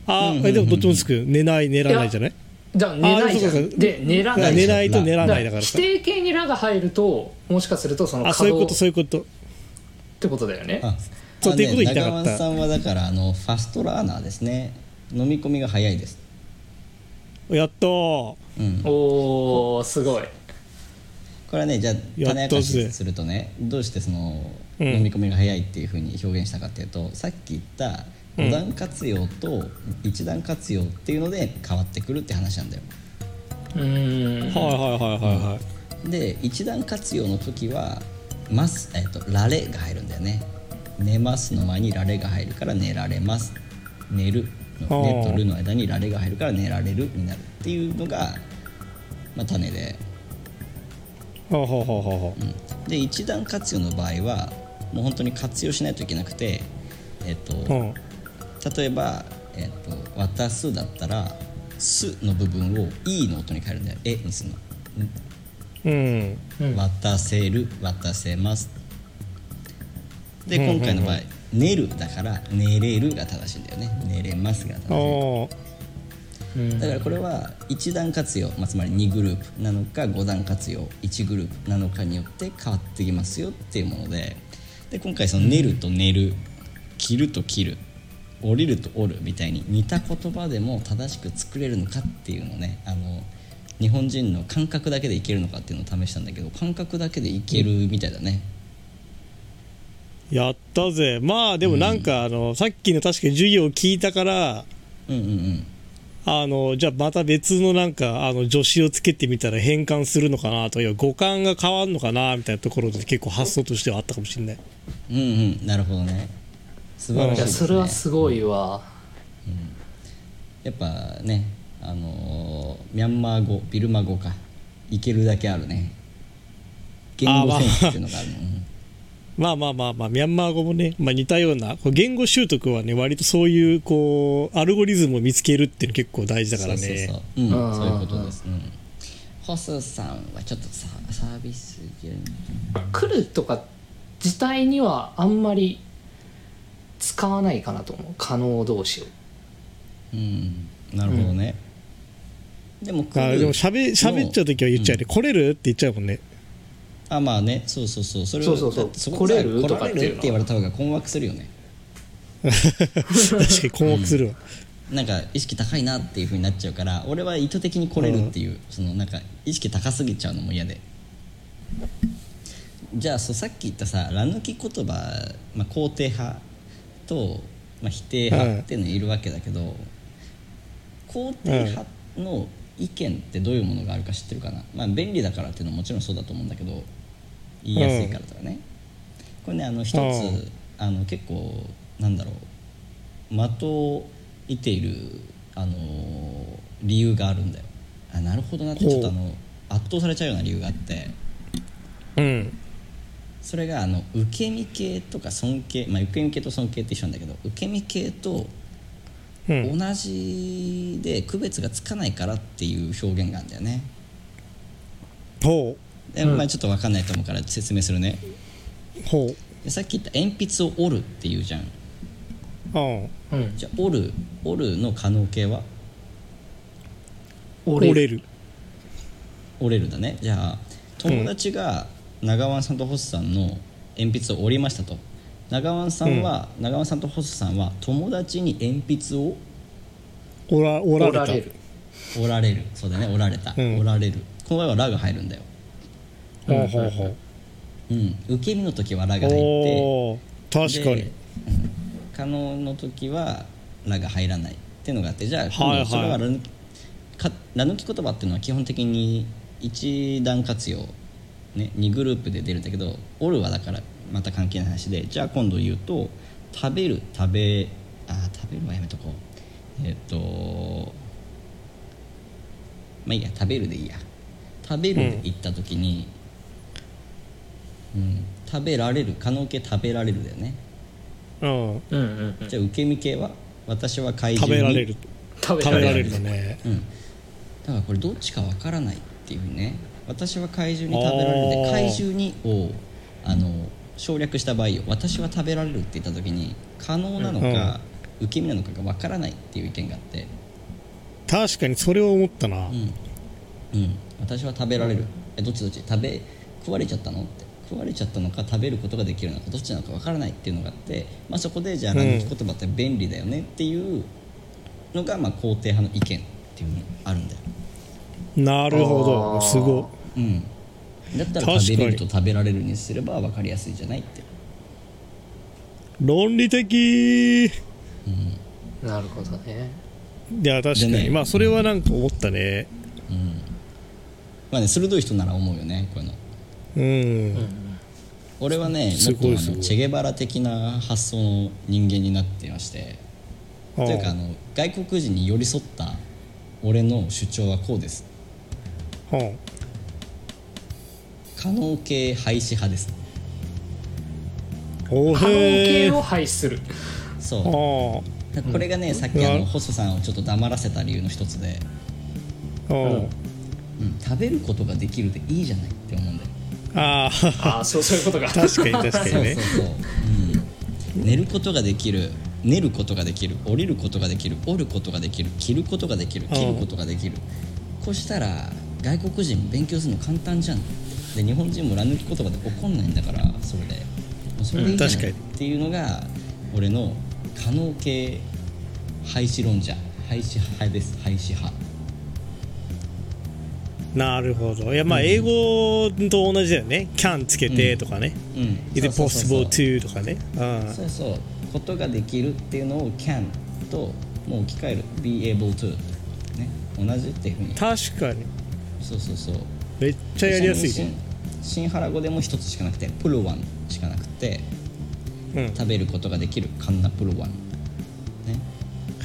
S3: あ、えでもどっちもつく寝ない寝らないじゃない
S4: だから寝ないじゃ
S3: あそうかそ
S4: ん
S3: うか
S4: で寝
S3: だ
S4: ら
S3: か
S4: な
S3: ら
S4: い
S3: 寝
S4: じゃん
S3: ないと寝ら
S4: だか
S3: ない
S4: ら
S3: だから
S4: 否
S3: さ
S4: 定形に「ら」が入るともしかするとその
S3: あそうい
S4: 稼
S3: うこと
S4: 働
S3: そういうこと
S4: ってことだよね
S1: あ
S3: そう
S1: あ
S3: っていうこと
S1: ね
S3: 言いたかった
S1: 中丸さんはだからあのファストラーナーですね飲み込みが早いです
S3: やったー
S1: うんこ
S4: おーすごい
S1: れはねじゃあ
S3: やった
S1: 種
S3: ぜ
S1: 明かしするとねどうしてその、
S3: うん
S1: 飲み込みが早いっていうふうに表現したかっていうとさっき言った5段活用と1段活用っていうので変わってくるって話なんだよ
S4: うーん
S3: はいはいはいはいはい
S1: で1段活用の時は「ます」えっと「られ」が入るんだよね「寝ます」の前に「られ」が入るから「寝られます」「寝る」の「
S3: あー
S1: 寝」と「る」の間に「られ」が入るから「寝られる」になるっていうのが、まあ、種で、
S3: はあはあはあは
S1: うん、で1段活用の場合はもう本当に活用しないといけなくてえっと、
S3: あうん
S1: 例えば「えっと渡す」だったら「す」の部分を「い」の音に変えるんだよ「え」にするの。ん
S3: うん
S4: うん
S1: 渡せる渡せますで今回の場合「寝る」だから「寝れる」が正しいんだよね「寝れます」が
S3: あ
S1: 正し
S3: ー
S4: うん
S1: いだからこれは1段活用、まあ、つまり2グループなのか5段活用1グループなのかによって変わってきますよっていうものでで今回その「寝る」と「寝る」「切る」と「切る」「降りる」と「降る」みたいに似た言葉でも正しく作れるのかっていうのをねあの日本人の感覚だけでいけるのかっていうのを試したんだけど感覚だけでいけるみたいだね。
S3: やったぜまあでもなんかあの、さっきの確かに授業を聞いたから
S1: うんうんうん
S3: あのじゃあまた別のなんかあの助詞をつけてみたら変換するのかなとかいや語感が変わるのかなみたいなところで結構発想としてはあったかもしれない
S1: うんうんなるほどね素晴ら
S4: い
S1: しい
S4: や
S1: です
S4: そ
S1: ね
S4: れはすごいわ
S1: やっぱねあのーミャンマー語ビルマ語かいけるだけあるね言語センスっていうのがあるの、
S3: まあまあまあまあミャンマー語もね、まあ、似たようなこう言語習得はね割とそういうこうアルゴリズムを見つけるっていうの結構大事だからね
S1: そうそうそう,、うん、
S4: うん
S1: そういうことです、うん、ホスさんはちょっとササービス業に
S4: 来るとか自体にはあんまり使わないかなと思う可能動詞を
S1: うんなるほどね、でも
S3: あ
S1: 来
S3: でも
S1: る
S3: しゃべしゃべっちゃう時は言っちゃうよね、来れるって言っちゃうもん
S1: [laughs]
S3: ね
S1: あまあねそうそうそうそれを
S4: そうそうそう
S1: だってこ
S4: 来
S1: から
S4: れる
S1: 来
S4: と
S1: ら
S4: かっ
S1: れ
S4: て
S1: る
S4: いうのは
S1: って言われた方が困惑するよね
S3: 確かに困惑するわ、
S1: なんか意識高いなっていう風になっちゃうから俺は意図的に来れるっていう、そのなんか意識高すぎちゃうのも嫌でじゃあそうさっき言ったさら抜き言葉、まあ、肯定派と、まあ、否定派っていうのいるわけだけど、肯定派の意見ってどういうものがあるか知ってるかな、まあ、便利だからっていうのはもちろんそうだと思うんだけど言いやすいからとかね、これねあの一つ、
S3: うん
S1: あの結構なんだろう的を射ている、あの理由があるんだよあなるほどなってちょっとあの圧倒されちゃうような理由があって。
S3: うん
S1: それがあの受け身系とか尊敬、まあ、受け身系と尊敬って一緒なんだけど受け身系と
S3: うん
S1: 同じで区別がつかないからっていう表現があるんだよね、
S3: ほ
S1: でまあ、ちょっと分かんないと思うから説明するね
S3: うほう
S1: でさっき言った鉛筆を折るっていうじゃん
S3: あ
S4: うん、
S1: じゃあ折る折るの可能形は
S3: 折
S4: 折
S3: れ
S4: れる
S3: る
S1: 折れるだねじゃあ友達が長湾さんと星さんの鉛筆を折りましたと長湾さんは、長湾さんと星さんは友達に鉛筆を
S3: 折ら折られ
S4: 折
S3: た
S4: られる
S1: 折られるそうだね折られた、
S3: うん
S1: 折られるこの場合は「ら」が入るんだよ、
S3: ほうほうほう
S1: うん、受け身の時は「ら」が入って
S3: おー確
S1: で
S3: かに
S1: うん可能の時は「ら」が入らないっていうのがあってじゃあ、
S3: はいはい
S1: それはら抜きか「ら」抜き言葉っていうのは基本的に一段活用、ね、2グループで出るんだけど「折る」はだからまた関係ない話でじゃあ今度言うと「食べる」「食べ」あー食べるはやめとこうえっとまあいいや食べるでいいや食べるで行った時に、うん食べられる可能形食べられるだよね
S3: うん
S4: うんうんうん
S1: じゃあ受け身系は私は怪
S3: 食
S1: 獣
S3: べ
S1: に
S3: られる
S4: 食べ
S3: 食べられ
S4: る
S3: るだね
S1: うん、だからこれどっちかわからないっていうね私は怪獣に食べられる
S3: あ
S1: で
S3: ー
S1: 怪獣にをあの省略した場合よ私は食べられるって言った時に可能なのか、受け身なのかがわからないっていう意見があって
S3: 確かにそれを思ったな
S1: うん、うん、私は食べられる、えどっちどっち食べ食われちゃったのって食われちゃったのか食べることができるのかどっちなのかわからないっていうのがあって、まあ、そこでじゃあ
S3: うん
S1: 何き言葉って便利だよねっていうのが、まあ、肯定派の意見っていうのがあるんだよ、
S3: なるほど
S4: あー
S3: すご
S1: うん、だったら
S3: 確かに
S1: 食べれると食べられるにすれば分かりやすいじゃないって
S3: い論理的い
S4: なるほどね
S3: や確か
S1: でね
S3: にまあそれはなんか思ったね
S1: まあね鋭い人なら思うよねこういうの
S3: うん
S1: 俺はね
S3: す
S1: もっとあ
S3: ごい
S1: の
S3: すごい
S1: チェゲバラ的な発想の人間になってまして
S3: あ
S1: というかあ
S3: あ
S1: の外国人に寄り添った俺の主張はこうです可能形廃止派です
S3: お
S4: 可能
S3: へ
S4: 形
S3: え
S4: を廃止する
S1: そ
S3: あ
S1: うこれがねさっきあの
S3: うん
S1: 細さんをちょっと黙らせた理由の一つで、
S3: ああ
S1: うん、食べることができるでいいじゃないって思うんだよ
S3: ああ
S4: ああそうそういうことが
S3: [laughs] 確かに確か
S1: そ
S3: に
S1: う [laughs]
S3: ね
S1: そうそう、うん、寝ることができる寝ることができる降りることができる折ることができる着ることができる切ることができるこうしたら外国人勉強するの簡単じゃんで日本人も乱抜き言葉で怒んないんだからそれでもうそれでいいじゃない
S3: うん確か
S1: っていうのが俺の可能系廃止論者廃止派です廃止派
S3: なるほどいやまあ英語と同じだよね「can」つけてとかね
S1: う
S3: 「
S1: ん
S3: is it
S1: そうそうそう
S3: possible to」とかねあ
S1: そうそうことができるっていうのを can ともう置き換える be able to ね同じっていうふうに
S3: 確かに
S1: そうそうそう
S3: めっちゃやりやすいね
S1: 新原語でも一つしかなくてプロワンしかなくて
S3: うんへ
S1: 食べることができるカンナプロワンね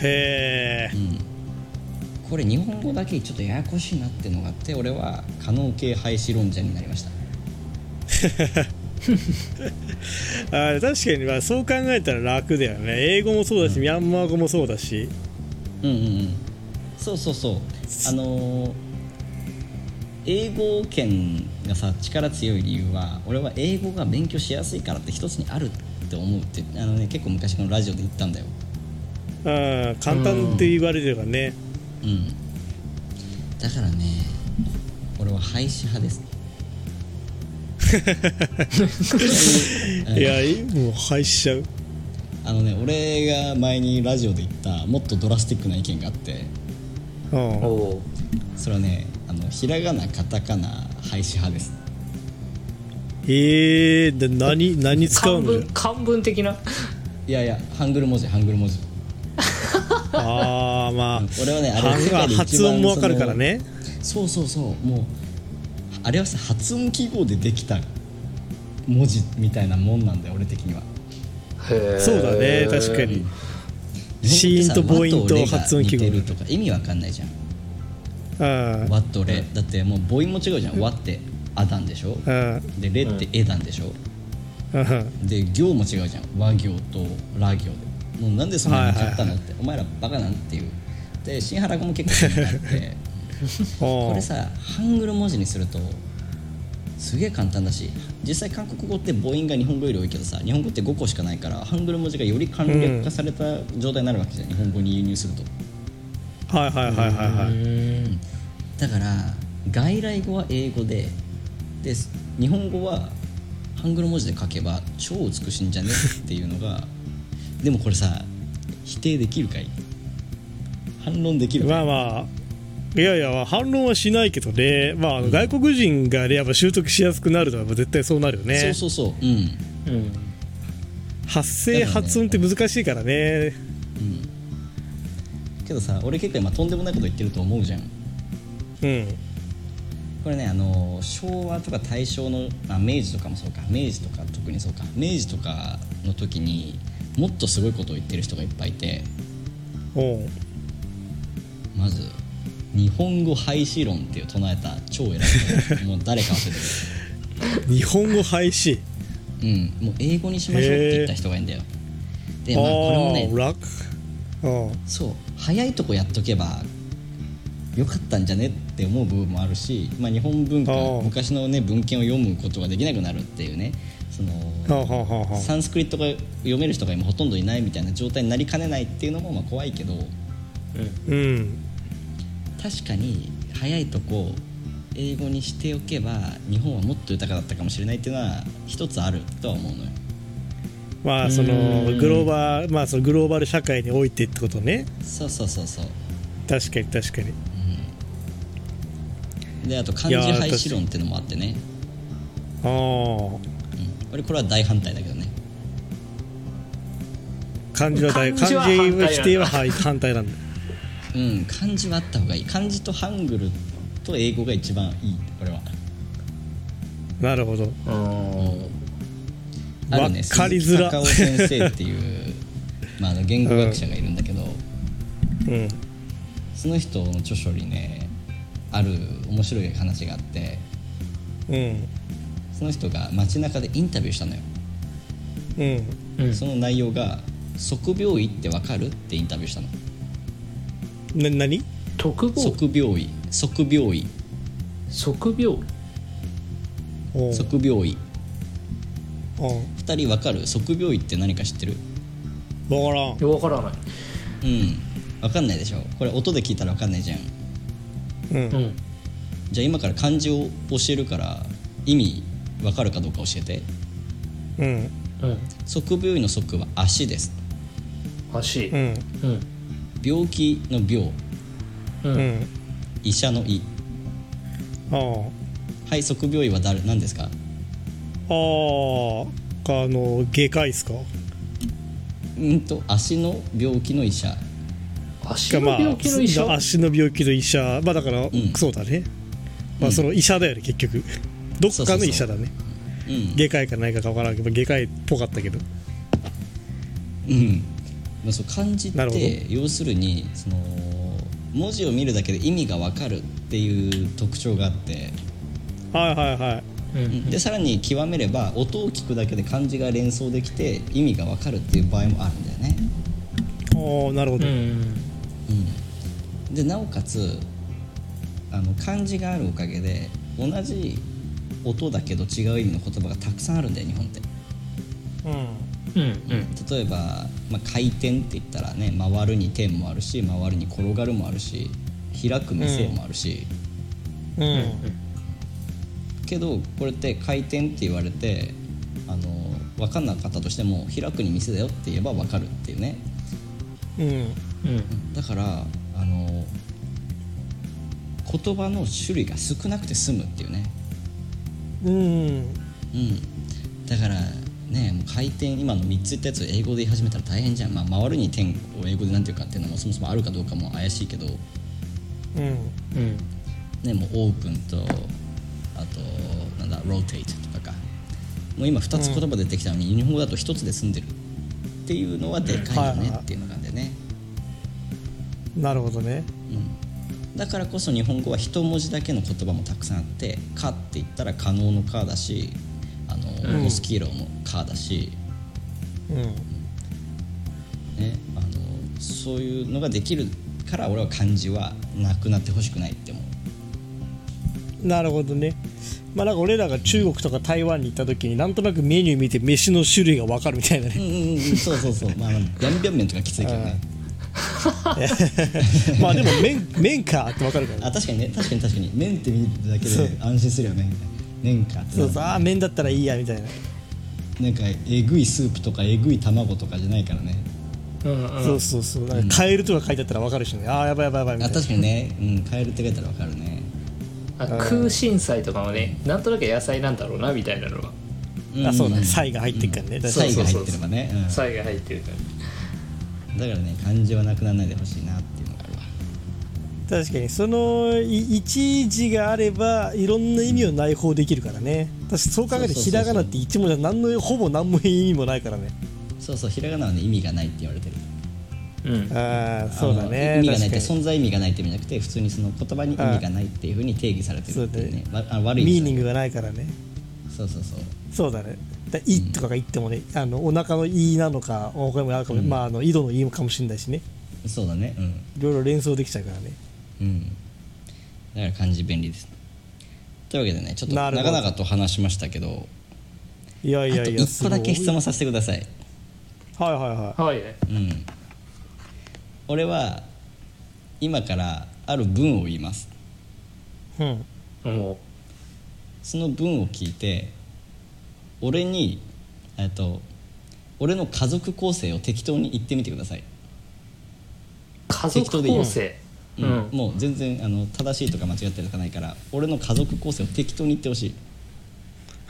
S3: え
S1: これ日本語だけちょっとややこしいなっていうのがあって俺は可能形廃止論者になりました
S3: あー確かにまあそう考えたら楽だよね英語もそうだし、ミャンマー語もそうだし
S1: うんうんうんそうそうそうあのー英語圏がさ力強い理由は俺は英語が勉強しやすいからって一つにあるって思うってあの、ね、結構昔このラジオで言ったんだよ
S3: うん簡単って言われてるからね
S1: うんだからね俺は廃止派ですうん
S3: いやいもう廃止しちゃう
S1: あのね俺が前にラジオで言ったもっとドラスティックな意見があって
S3: うん
S4: おお
S1: それはねあのひらがなカタカナ廃止派です
S3: えー、で何何使
S4: 漢
S3: うの
S4: 文漢文的ない
S1: やいやハングル文字ハングル文字
S3: ああまあ
S1: [laughs] 俺はねあ
S3: は
S1: れ世界で一番
S3: 発音もわかる
S1: その
S3: からね
S1: そうそうそうもうあれはさ発音記号でできた文字みたいなもんなんだよ俺的には
S3: そうだね確かに子音と母音と発音記号
S1: 日本語ってさ和とレが似てるとか意味わかんないじゃん
S3: うん
S1: 和とレだってもう母音も違うじゃん和ってアダンでしょ
S3: うん
S1: でレってエダンでしょ、
S3: うん
S1: で行も違うじゃん和行とラ行でもうなんでそんなに変わったのって、お前らバカなんっていうで新原語も結構気になって [laughs] こ
S3: [laughs] お
S1: れ
S3: ー
S1: さハングル文字にするとすげえ簡単だし実際韓国語って母音が日本語より多いけどさ日本語って5個しかないからハングル文字がより簡略化された状態になるわけじゃん、日本語に輸入すると
S3: はいはいはいはいはいう
S1: だから外来語は英語でで日本語はハングル文字で書けば超美しいんじゃねっていうのが [laughs] でもこれさ否定できるかい反論できるかい
S3: まあまあいやいや反論はしないけどね、まあ、あの外国人がねやっぱ習得しやすくなるのは絶対そうなるよね
S1: そうそうそううん
S4: うん
S3: 発声、発音って難しいからね
S1: けどさ俺結構今とんでもないこと言ってると思うじゃん
S3: うん
S1: これねあの昭和とか大正のあ明治とかもそうか明治とか特にそうか明治とかの時にもっとすごいことを言ってる人がいっぱいいて
S3: おう
S1: まず日本語廃止論っていう唱えた超偉い
S3: [laughs]
S1: 人もう誰か忘れて
S3: 日本語廃止
S1: る、うん、もう英語にしましょうって言った人がいいんだよでまあこれもね
S3: 楽うん
S1: そう早いとこやっとけばよかったんじゃねって思う部分もあるし、まあ、日本文化
S3: あー
S1: 昔のね文献を読むことができなくなるっていうねその
S3: はあはあはあは
S1: サンスクリットが読める人が今ほとんどいないみたいな状態になりかねないっていうのもまあ怖いけど
S3: あうん
S1: 確かに早いとこ英語にしておけば日本はもっと豊かだったかもしれないっていうのは一つあるとは思うのよ
S3: まあそのグローバルまあそのグローバル社会においてってことね
S1: そうそうそうそう
S3: 確かに確かに
S1: であと漢字
S3: いやー
S1: 廃止論っていうのもあってね、
S3: ああ
S1: うん、俺これは大反対だけどね
S3: 漢字は大漢
S4: 漢
S3: 字
S4: 字
S3: は否定は
S4: は反対なんだ
S3: はい反対なんだ
S1: うん漢字はあった方がいい漢字とハングルと英語が一番いい俺は
S3: なるほど
S1: あるね
S3: わかりづ
S1: 鈴木
S3: ら
S1: 隆夫先生っていう [laughs] まああの言語学者がいるんだけど、
S3: うん
S1: その人の著書にねある面白い話があって
S3: うん
S1: その人が街中でインタビューしたのよ
S3: うん
S4: うん
S1: その内容が「測病医ってわかる?」ってインタビューしたの
S3: な何
S4: 特防
S1: 測病医測病医
S4: 測病
S3: おう
S1: 測病医
S3: おう
S1: 2人わかる測病医って何か知ってる
S3: わからん
S4: いやわからない
S1: うんわかんないでしょこれ音で聞いたらわかんないじゃん
S3: うん
S4: うん
S1: じゃあ今から漢字を教えるから意味わかるかどうか教えて
S3: うん
S4: うん
S1: 測病医の測は足です
S4: 足
S3: う
S4: うん
S3: ん
S4: うん
S1: 病気の病
S4: うん
S3: うん
S1: 医者の医
S3: あ
S1: はい測病医は誰何ですか
S3: あああかあの外科医っすか
S1: うんと足の病気の医者
S4: 足
S3: が
S4: の
S3: まあ
S4: 病気の医者
S3: 足の病気の医者まあだから、
S1: ん
S3: そうだねまあその医者だよね結局どっかの医者だね
S1: うん
S3: 外科医かないかか分からんけど外科医っぽかったけど
S1: うんまあ、そう漢字っ
S3: なるほど
S1: て要するにその文字を見るだけで意味がわかるっていう特徴があって、
S3: はいはいはい
S4: うん
S1: でさらに極めれば音を聞くだけで漢字が連想できて意味がわかるっていう場合もあるんだよね。
S3: おおなるほ
S4: う
S3: ど、
S4: ん
S1: うん、でなおかつあの漢字があるおかげで同じ音だけど違う意味の言葉がたくさんあるんだよ日本って。
S4: うんう
S1: 例
S4: ん
S1: えば、まあ、回転って言ったらね回るに点もあるし回るに転がるもあるし開く店もあるし、
S3: うんうん
S1: けどこれって回転って言われてあの分かんなかったとしても開くに店だよって言えば分かるっていうね
S3: うん
S4: うん
S1: だからあの言葉の種類が少なくて済むっていうね
S3: うん
S1: うんだからねもう回転今の3つ言ったやつを英語で言い始めたら大変じゃん、まあ、回るに点を英語でなんていうかっていうのもそもそもあるかどうかも怪しいけど
S3: うん
S4: うん
S1: ねもうオープンとあとなんだローテイトとかかもう今2つ言葉出てきたのに、ユニフォームだと1つで済んでるっていうのはでかいよねっていうのがあるんだよね、
S3: なるほどね
S1: うん、だからこそ日本語は一文字だけの言葉もたくさんあって「か」って言ったら「可能」の「か」だし「あの
S3: うん
S1: モスキーロー」の「か」だし、
S3: うん
S1: ね、あのそういうのができるから俺は漢字はなくなってほしくないって [laughs] 思う。
S3: なるほどねまあなんか俺らが中国とか台湾に行った時になんとなくメニュー見て飯の種類が分かるみたいな
S1: う
S3: ね
S1: んうんうん、そうそうそうまあビャンビャン麺とかきついけどね
S3: [laughs] まあでも麺麺かって分かるからね
S1: あ確かにね確かに確かに麺って見るだけで安心するよね麺かって
S3: そ
S1: な
S3: うそうあー麺だったらいいやみたいな
S1: なんかえぐいスープとかえぐい卵とかじゃないからね
S4: うんうん
S3: そうそうそうなんかカエルとか書いてあったら分かるしねああやばいやばいやばいみた
S1: あ
S3: いな
S1: 確かにね、うん、カエルって書いたらわかるね
S4: あ空心菜とかもねなんとなく野菜なんだろうなみたいなのは
S3: あそうだね
S1: ん
S3: サイが入ってっからね
S1: うん
S3: 確
S4: か
S1: サ
S4: に
S1: イが入ってればねうん
S4: 菜が入ってるから
S1: だからね漢字はなくならないでほしいなっていうのがあるわ
S3: 確かにそのい一字があればいろんな意味を内包できるからね私そう考えると
S1: そうそうそうそう
S3: ひらがなって一文字は何のほぼ何も意味もないからね
S1: そうそうひらがなはね意味がないって言われてる
S4: うん
S3: ああそうだ
S1: あの
S3: ね
S1: 意味がない
S3: 確
S1: っ
S3: か
S1: て
S3: に
S1: 存在意味がないって意味じゃなくて普通にその言葉に意味がないっていうふうに定義されてるっていうね
S3: そう
S1: わあの悪い
S3: ミ
S1: 意
S3: ーニン
S1: 味
S3: グがないからね
S1: そうそうそう
S3: そうだねだ「い」とかが言ってもねあのお腹の「い」なのか他にもあるかも、まああの井戸の「い」かもしれないしね
S1: そうだねうん
S3: いろいろ連想できちゃうからね
S1: うんだから漢字便利ですというわけでねちょっと
S3: なるほ
S1: 長
S3: ど
S1: 々と話しましたけど
S3: いやいや
S1: あと
S3: いや
S1: 1個だけ
S3: す
S1: 質
S3: ごい
S1: 問させてください
S3: はいはいは
S4: はいね
S1: うん俺は今からある文を言います
S3: いうん
S4: も
S1: その文を聞いて俺にえっと俺の家族構成を適当に言ってみてください、
S4: う家族構成
S1: う
S4: うんん
S1: もう全然あの正しいとか間違ってるとかないから俺の家族構成を適当に言ってほしい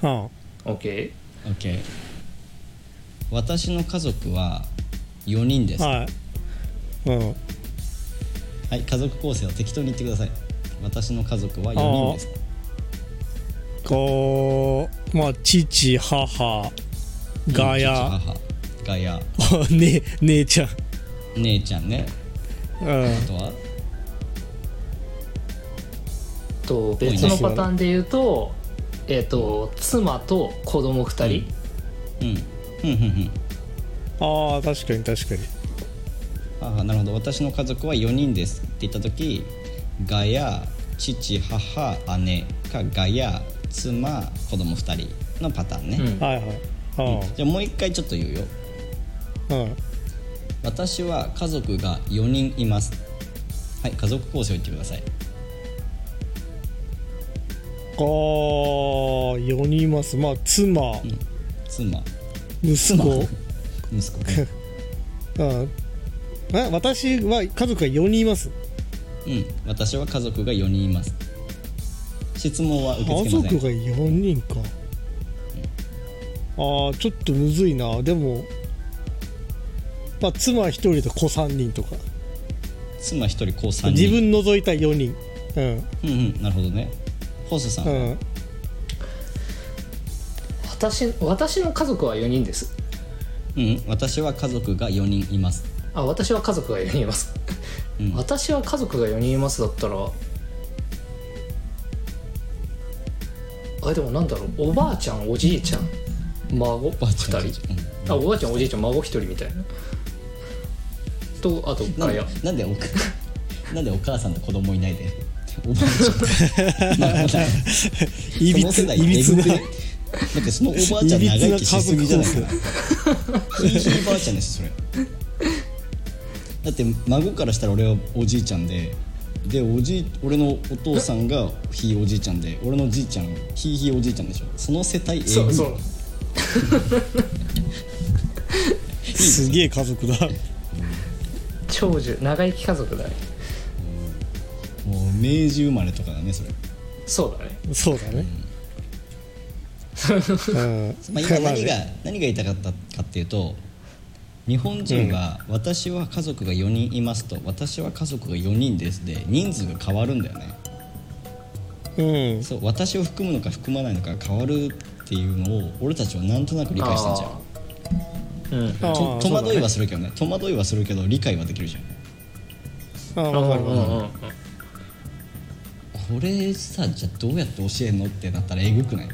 S3: は
S4: OK
S1: OK 私の家族は4人です
S3: あ
S1: は
S3: はいうん
S1: い、家族構成を適当に言ってください私の家族は4人です
S3: こうまあ父母ガ
S1: うん
S3: ヤ
S1: 父母ガヤ
S3: [laughs] ね姉ちゃん
S1: 姉ちゃんね
S3: うん
S1: あとは
S4: と別のパターンで言うとえっと妻と子供二人
S1: うんふんふんふん
S3: ああ確かに確かに
S1: ああなるほど私の家族は4人ですって言った時ガヤ父母姉かガヤ妻子供2人のパターンね、
S4: うん
S3: はいはい
S1: じゃあもう一回ちょっと言うよ
S3: うんうん
S1: 私は家族が4人いますはい家族構成を言ってください
S3: こう4人いますまあ妻
S1: 妻
S3: 息子
S1: 息子
S3: [laughs]
S1: ね
S3: うんえ私は家族が4人います
S1: うん私は家族が4人います質問は受け
S3: 家
S1: 付けま
S3: 族
S1: せん
S3: が4人かあーちょっとむずいなでもまあ妻1人と子3人とか
S1: 妻1人高3人
S3: 自分除いた4人うん
S1: うんうんなるほどねホストさん、
S3: うん
S4: 私私の家族は4人です
S1: うん私は家族が4人います
S4: あ私は家族が4人います、
S1: うん
S4: 私は家族が4人いますだったらあでもなんだろうおばあちゃんおじいちゃん孫
S1: ばあちゃん
S4: 2人
S1: うん
S4: あおばあちゃんおじいちゃん孫1人みたいなとあと
S1: な
S4: ガ
S1: んで
S4: ヤ
S1: なんでおかなんでお母さんと子供いないでおばあちゃん
S3: いび
S1: そ
S3: つ
S1: の世代
S3: いびつな
S1: えぐくねだってそのおばあちゃん長生きしすぎじゃないか
S3: いび
S1: なひいひいばあちゃんですよそれだって孫からしたら俺はおじいちゃんででおじい俺のお父さんがひいおじいちゃんで俺のじいちゃんひいひいおじいちゃんでしょその世帯英
S4: そうそう
S3: すげえ家族だ [laughs]
S4: 長寿長生き家族だね
S1: もう明治生まれとかだねそれ
S4: そうだね
S3: そうだねうん
S1: まあ、今
S3: まあ
S1: 何が
S3: ね
S1: 何が言いたかったかっていうと日本人は「私は家族が4人います」と「私は家族が4人です」で人数が変わるんだよね
S3: うん
S1: そう私を含むのか含まないのか変わるっていうのを俺たちはなんとなく理解してんじゃん
S4: うん
S3: あー
S1: と戸惑いは
S3: そ
S1: するけどね戸惑いはするけど理解はできるじゃん
S3: うだねあーわかるわかる
S1: これさじゃあどうやって教えんのってなったらえぐくない、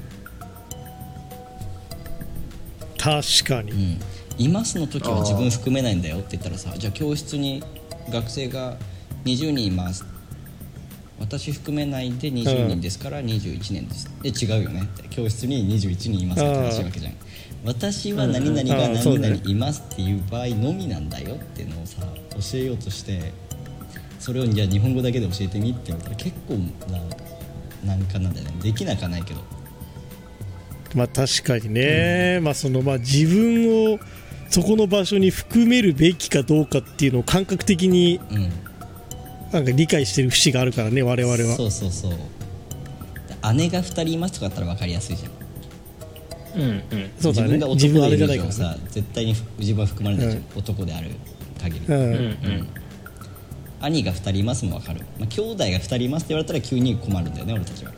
S3: 確か
S1: う
S3: に
S1: ん、いますの時は自分含めないんだよって言ったらさじゃあ教室に学生が20人います私含めないで20人ですから21人です、で違うよねって教室に21人いますって話わけじゃん私は何々が
S3: うんそう
S1: 何
S3: だね
S1: 々いますっていう場合のみなんだよっていうのをさ教えようとしてそれをじゃあ日本語だけで教えてみって言ったら結構な難関なんだよねできなかないけど
S3: まあ確かにね、まあそのまあ自分をそこの場所に含めるべきかどうかっていうのを感覚的に
S1: うん
S3: なんか理解してる節があるからね我々は
S1: そうそうそう姉が2人いますとかだったら分かりやすいじゃん
S4: うんうんうん
S3: そうだね
S1: 自分が
S3: あ
S1: 男で
S3: れ
S1: い
S3: じゃ
S1: る
S3: ない
S1: 以
S3: か
S1: 上
S3: ら
S1: さ、
S3: ね
S1: 絶対に自分は含まれないじゃん、男である限り、
S3: うん
S4: うんうん
S1: 兄が2人いますも分かる、まあ、兄弟が2人いますって言われたら急に困るんだよね俺たちは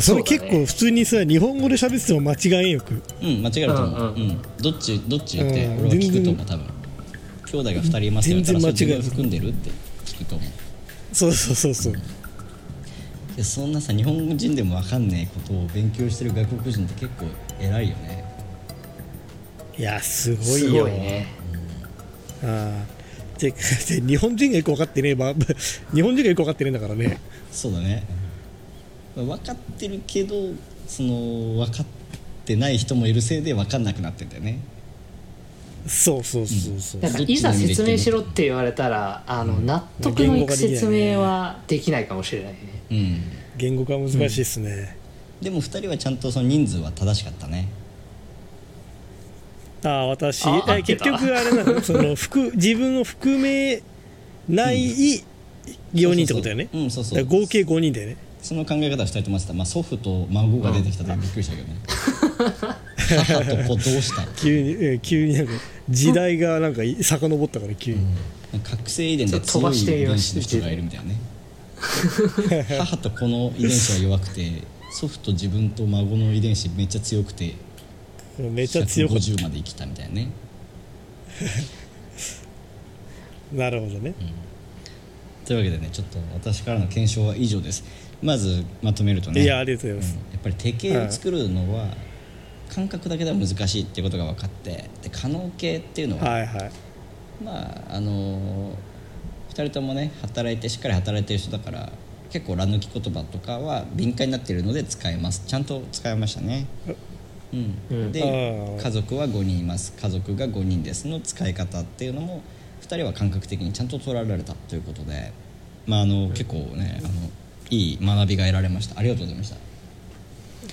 S3: それ結構普通にさ日本語で喋ってても間違えんよく
S1: うん間違えると思う、
S4: う
S1: うんんどっちどっちって
S3: うん
S1: 俺は聞くと思う
S3: 全
S1: 多分兄弟が2人いますって言われたらそ
S3: 全
S1: れ
S3: 然間違え
S1: 自分含んでるって聞くと思う
S3: そうそうそうそう
S1: でそんなさ日本人でも分かんねえことを勉強してる外国人って結構偉いよね
S3: いやすご
S4: す
S3: いよ
S4: ごいね
S3: ああでで日本人がよく分かってねえば日本人がよく分かってねえんだからね
S1: そうだね分かってるけどその分かってない人もいるせいで分かんなくなってんだよね
S3: そうそうそうそう、
S4: なんかいざ説明しろって言われたらあの納得のいく説明はできないかもしれないね
S1: うん
S3: 言語化難しいっすね、
S1: でも2人はちゃんとその人数は正しかったね
S3: ああ私
S4: あ合
S3: え
S4: って
S3: 結
S4: た
S3: 局あれなのその含自分を含めない4人ってことだよね
S1: うんそうそう
S3: だから合計5人だよね
S1: その考え方は2人ともしてた、まあ、祖父と孫が出てきた時びっくりしたけどね母と子どうした
S3: 急にえー急になんか時代がなんかい遡ったから急に、
S1: 覚醒遺伝で強い遺伝子の人がいるみたいな
S3: [laughs]
S1: ね母と子の遺伝子は弱くて祖父と自分と孫の遺伝子めっちゃ強くて
S3: めっちゃ強かっ
S1: 150まで生きたみたいなね
S3: たなるほどね、
S1: というわけでねちょっと私からの検証は以上ですまずまとめるとね
S3: いやありがとうございます
S1: うんやっぱり手形を作るのは感覚だけでは難しいっていうことが分かってで可能形っていうのは、
S3: はいはい
S1: まああのー2人ともね働いてしっかり働いてる人だから結構ラ抜き言葉とかは敏感になっているので使えますちゃんと使えましたねうん、
S4: うん
S1: で
S3: あー
S1: 家族は5人います家族が5人ですの使い方っていうのも2人は感覚的にちゃんと捉えられたということでまああの結構ねあのいい学びが得られましたありがとうございまし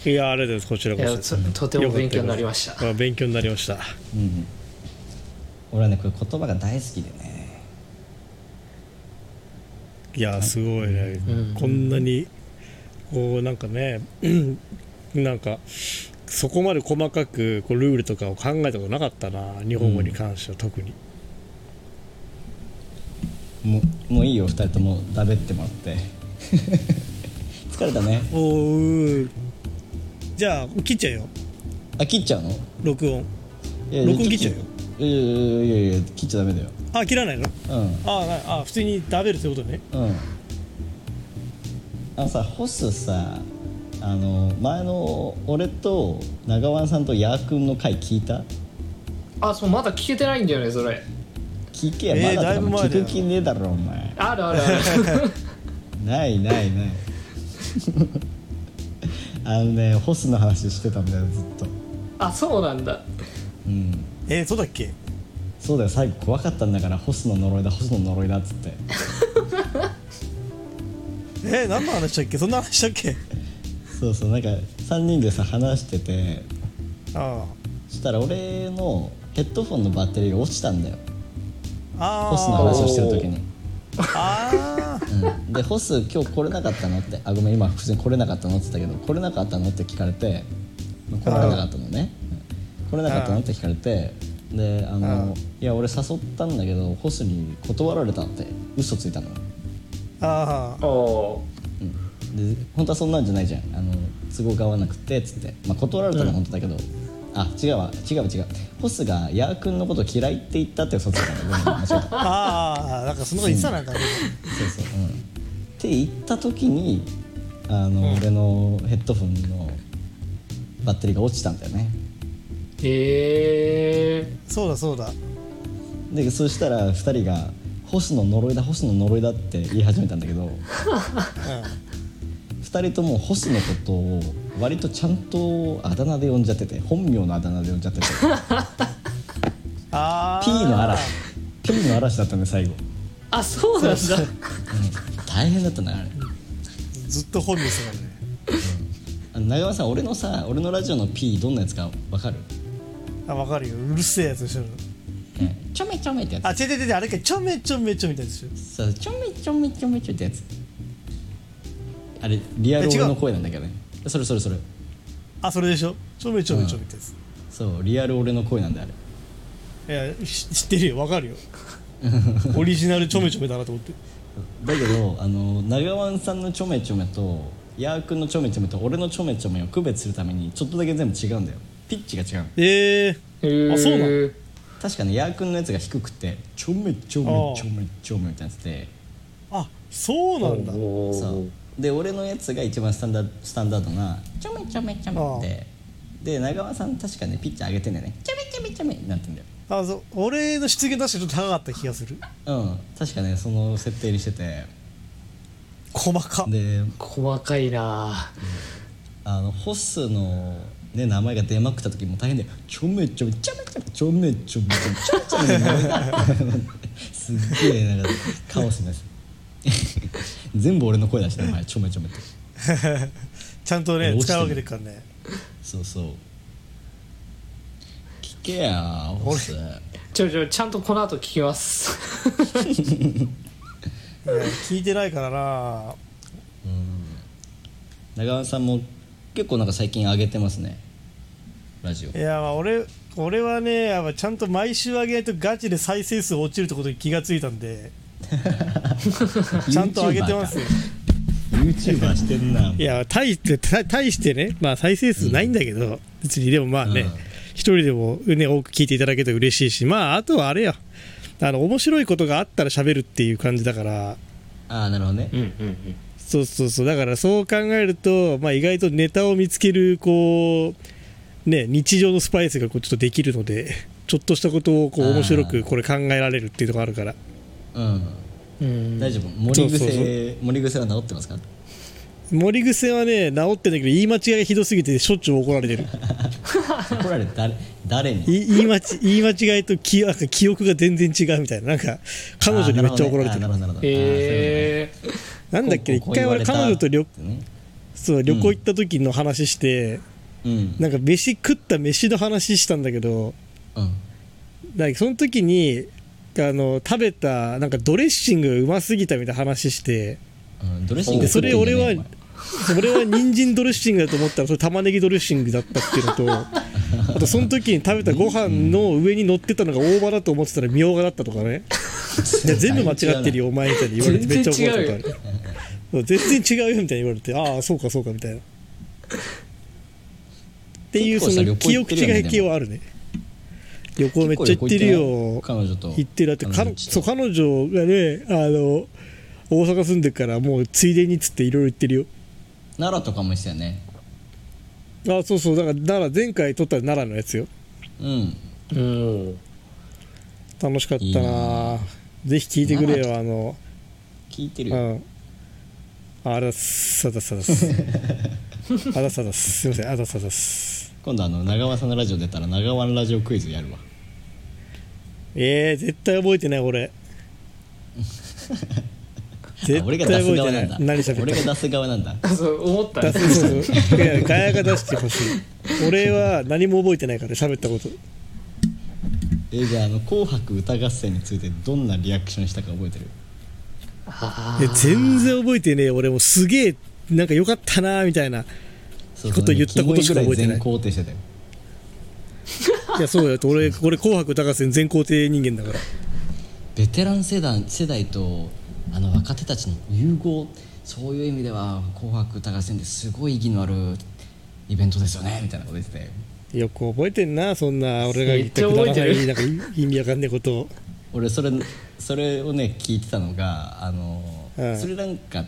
S1: た
S3: いやありがとうございますこちら
S4: いや
S3: こそ
S4: ととても勉強になりました
S3: よかっですあ勉強になりました
S1: うん俺はねこれ言葉が大好きでね
S3: いやすごいね、
S4: うん
S3: こんなにこうなんかねうんなんかそこまで細かくこうルールとかを考えたことなかったな日本語に関しては特に、
S1: もうもういいよ2人ともだべってもらって [laughs] 疲れたね
S3: おうじゃあ切っちゃうよ
S1: あ切っちゃうの
S3: 録音
S1: いや
S3: 録音切っちゃうよ
S1: いやいやいやいや切っちゃダメだよ
S3: あ切らないの
S1: う
S3: あああ普通に食べるってことね
S1: んうんあのさホスさあの前の俺と長尾さんとヤー君の回聞いた
S4: あそうまだ聞けてないんだよねそれ
S1: 聞けや、
S3: えー
S1: ま
S3: だ
S1: だ
S3: い
S1: と
S3: ぶ
S1: か
S3: 前だ
S1: 聞
S3: よ
S1: く気ねえだろお前
S4: あるあるある
S1: ないない
S3: [laughs]
S1: ないあのねホスの話してたんだよずっと
S4: [laughs] あそうなんだ
S1: うん
S3: えー、そうだっけ
S1: そうだよ最後怖かったんだからホスの呪いだホスの呪いだっつって
S3: えー、何の話だっけそんな話だっけ
S1: そうそうなんか3人でさ話してて
S3: あ
S1: したら俺のヘッドフォンのバッテリーが落ちたんだよ
S3: ああ
S1: ホスの話をしてる時に
S3: ああ
S1: うんうん、で「ホス今日来れなかったの?」って「あごめん今普通に来れなかったの?」って言ったけど「来れなかったの?」って聞かれて「来れなかったのね」うん「来れなかったの?」って聞かれてであの「いや俺誘ったんだけどホスに断られた」って嘘ついたの、
S3: ああ
S4: お
S1: うん、で本当はそんなんじゃないじゃんあの都合が合わなくてっつって、まあ、断られたのは本当だけど、あ違うわ違うわ違うホスがヤー君のこと嫌いって言ったって嘘ついたのごめん間違えた
S3: ああなんかそのこと言ってたなんかね
S1: そうそう、うん、って言った時にあの、俺のヘッドフォンのバッテリーが落ちたんだよね
S4: へえ
S3: そうだそうだ
S1: でそしたら2人が「ホスの呪いだホスの呪いだ」って言い始めたんだけど2人ともホスのことを割とちゃんとあだ名で呼んじゃってて本名のあだ名で呼んじゃってて
S3: [laughs] ああ
S1: P の嵐 P の嵐だったね最後
S4: あそうなんだ
S1: 大変だったねあれ
S3: ずっと本名してたからね
S1: あの長山さん俺のさ俺のラジオの P どんなやつか分かる、
S3: あわかるようるせえやつでしょ
S1: ねちょめちょめってやつ
S3: あ違う違う違うあれかちょめちょめちょみたいですよ
S1: そうちょめちょめちょめちょってやつあれリアル
S3: え違
S1: 俺
S3: う
S1: の声なんだけどねそれそれそれ
S3: あそれでしょちょめちょめちょみたいです、
S1: そうリアル俺の声なんだよあれ
S3: いやし知ってるよわか [laughs] るよオリジナルちょめちょめだなと思って
S1: だけどあの長湾さんのちょめちょめとヤー君のちょめちょめと俺のちょめちょめを区別するためにちょっとだけ全部違うんだよピッチが違うの
S3: ええ
S4: へー
S3: あそうなの
S1: 確かねヤー君のやつが低くてちょめちょめちょめちょめってやつで
S3: あそうなんだ
S4: お
S1: そ
S4: ー
S1: うで俺のやつが一番スタンダスタンダードなちょめちょめちょめってで長湾さん確かねピッチ上げてんだよねちょめちょめちょめなんて言うんだよ
S3: あそう俺の出現確かちょっと高かった気がする
S1: うん確かねその設定にしてて
S3: 細か
S1: で
S4: 細かいな
S1: あのホッスーの、ね、名前が出まくった時も大変で「ちょめちょめちょめちょめちょめちょめちょめちょめ」すっげえなんかカオスです全部俺の声出してる前ちょめちょめって
S3: ちゃんとね
S1: 落ちてる
S3: 使うわけでからね
S1: そうそう聞けやホッスー
S4: ちょちょちゃんとこの後聞きます
S3: うん聞いてないからな
S1: 長尾さんも結構なんか最近上げてますねラジオ
S3: いやまあ俺俺はねやっぱちゃんと毎週上げないとガチで再生数落ちるってことに気がついたんでちゃんと上げてますよ
S1: YouTuber してんない
S3: や大して大大してね、まあ、再生数ないんだけど、別にでもまあね
S1: うん
S3: 一、人でも、ね、多く聞いていただけたら嬉しいしまああとはあれよあの面白いことがあったら喋るっていう感じだから
S1: ああなるほどね
S4: うんうんうん
S3: そうそうそうだからそう考えると、まあ、意外とネタを見つけるこう、ね、日常のスパイスがこうちょっとできるのでちょっとしたことをこう
S1: あー
S3: 面白くこれ考えられるっていうところあるから
S1: うん
S4: うん
S1: 大丈夫盛り癖
S3: そうそう
S1: 盛り癖は治ってますか
S3: 森癖はね治ってんだけど言い間違いがひどすぎてしょっちゅう怒られてる
S1: 怒られて誰誰に
S3: い [laughs] 言い間ち言い間違いと記なんか記憶が全然違うみたいななんか彼女にめっちゃ怒られてる
S1: あーな
S3: な,、
S1: るほどねあーなるほどなるほど
S4: へえ
S3: んだっけ
S1: こ
S3: 一
S1: うこう
S3: 回俺
S1: こう言
S3: 彼
S1: われ
S3: 女
S1: た
S3: と旅
S1: ってね
S3: そう旅行行った時の話して、
S1: うん
S3: なんか飯食った飯の話したんだけど
S1: うん
S3: なんかその時にあの食べたなんかドレッシングがうますぎたみたいな話して
S1: うんドレッシング
S3: でそれ
S1: 作って
S3: 俺
S1: んじゃねえ
S3: は俺は人参ドレッシングだと思ったらそれ玉ねぎドレッシングだったっていうのとあとその時に食べたご飯の上に乗ってたのが大葉だと思ってたらみょうがだったとかねいや全部間
S1: [laughs]
S3: 違ってるよお前みたいに言われてめっ
S4: 全
S3: ちゃ
S4: 然
S3: 怒ら
S4: 違
S3: れ
S4: う
S3: たこと
S4: よ
S3: あるそう全然違うよみたいに言われてああそうかそうかみたいなっていうそ
S1: 結構さ
S3: の
S1: 旅
S3: 記
S1: 行行っ
S3: 憶
S1: てるよね
S3: 違い系はあるね旅行めっちゃ行ってる
S1: 結
S3: よ
S1: 構旅行行ってない彼女と
S3: 行ってるだって
S1: 彼
S3: 彼
S1: 女と
S3: そう彼女がねあの大阪住んでるからもうついでにっつっていろいろ行ってるよ
S1: 奈良とかもしたよね
S3: あそうそうだから奈良前回撮った奈良のやつよ
S1: うん
S4: うん
S3: 楽しかったない
S1: いな
S3: ぜひ聞いてくれ
S1: 奈
S3: よあの
S1: 聞いてる
S3: う
S1: よ
S3: んあらさださだす
S1: [laughs]
S3: あらさだすすいませんあらさだす
S1: 今度あの長尾さんのラジオ出たら長尾ラジオクイズやるわ
S3: えー、絶対覚えてない
S1: [laughs]
S3: 俺絶
S1: あ
S3: 対
S1: 俺が
S3: 覚
S1: 出
S3: え
S1: す
S3: て
S1: 側
S3: な
S1: ないんだ
S3: 何喋
S1: 俺
S3: っ
S1: が出す側なんだ
S4: そう思った
S3: た
S4: ね
S3: 出すそうそういやガヤが出してほしい俺は何も覚えてないから喋ったこと
S1: えじゃああの「紅白歌合戦」についてどんなリアクションしたか覚えてる
S4: ああ
S3: え
S4: ー
S3: 全然覚えてねえよ俺もすげえなんか良かったなみたいな
S1: そう
S3: こと言ったことしか覚えてない
S1: キモぐら全肯定してたよ
S3: いやそうよ俺俺紅白歌合戦全肯定人間だから
S1: ベテラン世代世代とあの若手たちの融合そういう意味では「紅白歌合戦」ですごい意義のあるイベントですよねみたいなこと言ってて
S3: よく覚えてんなそんな俺が言ったくだらないなんか意味わかんねえことを
S1: 俺それそれをね聞いてたのがあの、
S3: うん
S1: スリランカっ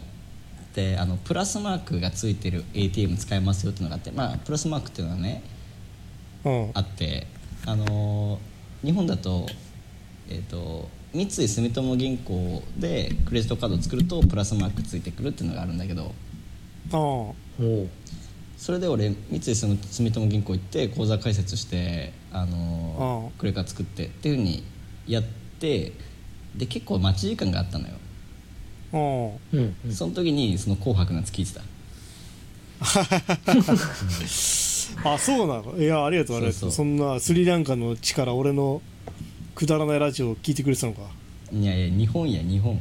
S1: てあのプラスマークがついてる ATM 使えますよっていうのがあってまあプラスマークっていうのはね
S3: うん
S1: あってあの日本だと,、えー、と三井住友銀行でクレジットカードを作るとプラスマークついてくるっていうのがあるんだけど
S3: あ
S4: おう
S1: それで俺三井住友銀行行って口座開設してあの
S3: あ
S1: クレカ作ってっていうふうにやってで結構待ち時間があったのよ、
S3: ああ
S4: うんうん
S1: その時にその「紅白」のやつ聞いてた
S3: あそうなのいやありがとうありがと
S1: そうそ
S3: う
S1: う
S3: そんなスリランカの地から俺のくだらないラジオを聞いてくれてたのか
S1: いやいや日本や日本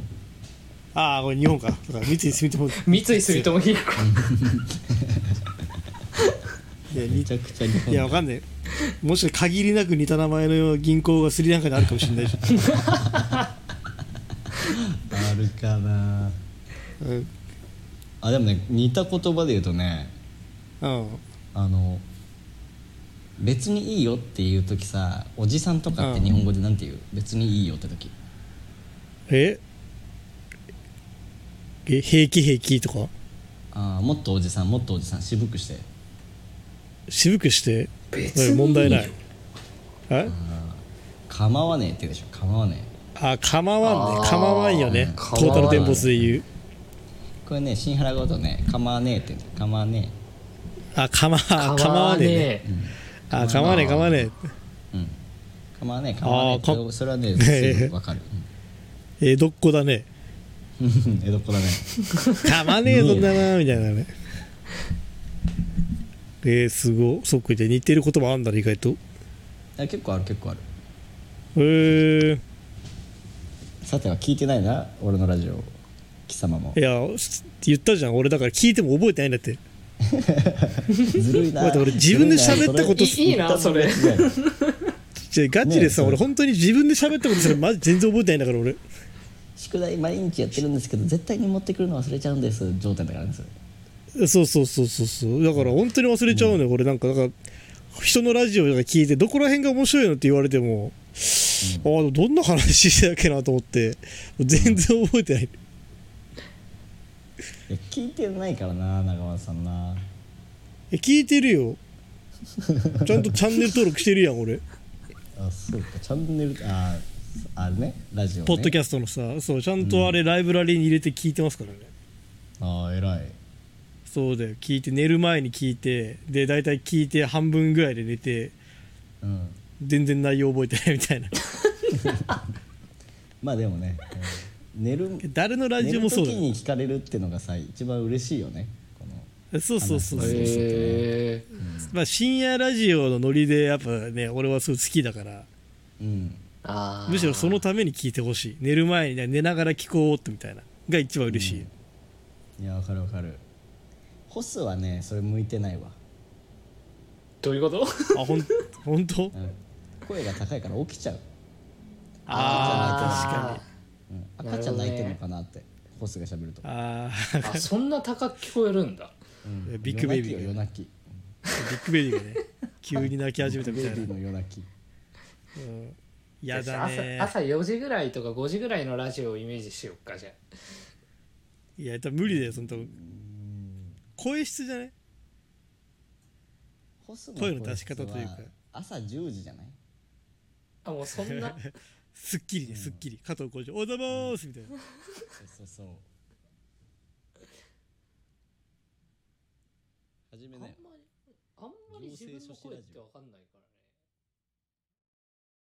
S3: ああこれ日本かだから三井住友
S4: [laughs] 三井住友銀行
S3: い
S1: め
S3: やに
S1: ちゃくちゃ日本
S3: いやわかんないもしか限りなく似た名前の銀行がスリランカにあるかもしれないじゃ
S1: あるかなん
S3: うん、
S1: あでもね似た言葉で言うとね
S3: うん、
S1: あの別にいいよっていう時さおじさんとかって
S3: うん
S1: 日本語でなんて言う、別にいいよって時
S3: ええ平気平気とか
S1: あーもっとおじさんもっとおじさん渋くして
S3: 渋くして
S4: 別にいいよ
S3: 問題ないえ
S1: 構わねえって言うでしょ構わねえ
S3: あ構わんね
S4: あー
S3: 構わんよねト
S4: 構
S3: ー
S4: わ
S3: タ
S4: ん
S3: ルテンボスで言う
S1: これね新原語とね構わねえって言うんだよ構わね
S3: あ構わ構わねえね
S4: え
S3: あ構わねえ構わねえ
S1: えうん構わねえ構わねえって
S3: あーか
S1: それはねすぐわかる、
S3: 江戸っ子だね
S1: うん [laughs] 江戸っ子だね
S3: たまねえぞんだなみたいなねえー、すごそっくりで似てる言葉あんだね意外と
S1: いや結構ある結構ある
S3: えー、
S1: さては聞いてないな俺のラジオ貴様も
S3: いやす言ったじゃん俺だから聞いても覚えてないんだって
S1: ずるいな
S3: 待って俺自分で喋ったこと
S4: いいいなそれ
S1: ずるいなそれ
S3: じゃガチでさ、
S1: ねえ
S3: 俺本当に自分で喋ったことすらマジ全然覚えてないんだから俺
S1: 宿題毎日やってるんですけど絶対に持ってくるの忘れちゃうんです状態だからねそれ
S3: そうそうそうそうそうだから本当に忘れちゃうのよ、これなんかだから人のラジオとか聞いてどこら辺が面白いのって言われても、ああどんな話してたっけなと思って全然覚えてない、
S1: いや聞いてないからな中松さんな
S3: え聞いてる [laughs] よちゃんとチャンネル登録してるやん俺
S1: あそうかチャンネルああれねラジオ、ね、
S3: ポッドキ
S1: ャ
S3: ャストのさそうちゃんとあれライブラリーに入れて聞いてますからね、
S1: ああ偉い
S3: そうだよ聞いて寝る前に聞いてで大体聞いて半分ぐらいで寝て
S1: うん
S3: 全然内容覚えてないみ [laughs] たいな
S1: まあでもねうん寝る
S3: 誰のラジオもそうだ
S1: 寝
S3: よ
S1: る時に聞かれるってのがさ一番嬉しいよねこの
S3: そうそうそうそう、
S4: へえ
S3: まあ、深夜ラジオのノリでやっぱね俺はすごい好きだから
S1: うん
S4: あー
S3: むしろそのために聞いてほしい寝る前にね寝ながら聞こうってみたいなが一番嬉しい、
S1: いやわかるわかるホスはねそれ向いてないわ
S4: どういうこと
S3: あほん本
S1: う
S3: 当
S1: ん声が高いから起きちゃう
S3: ああ確かに
S1: うん
S4: なるほどね
S1: 赤ちゃん泣いてるのかなってホスが喋ると
S3: あ
S4: 確かにあそんな高く聞こえるんだ
S3: あビッグベイビーが
S1: 夜泣きよ
S3: ビッグベイビーがね急に泣き始めた
S1: 夜泣きベ
S3: みた
S1: イ
S3: い
S1: ビ
S3: な
S1: ーの夜泣き
S3: やだね
S4: 朝朝4時ぐらいとか5時ぐらいのラジオをイメージしよっかじゃあ
S3: いや多分無理だよその多分声質じゃない
S1: ホス
S3: 声の出し方というか
S1: 朝10時じゃない
S4: あもう
S3: [laughs]
S4: そんな
S3: すっきりねすっきり加藤浩次おはようございますみたいな
S1: そうそうそう初め
S4: あんま
S1: ね
S4: りあんまり自分の声ってわかんないから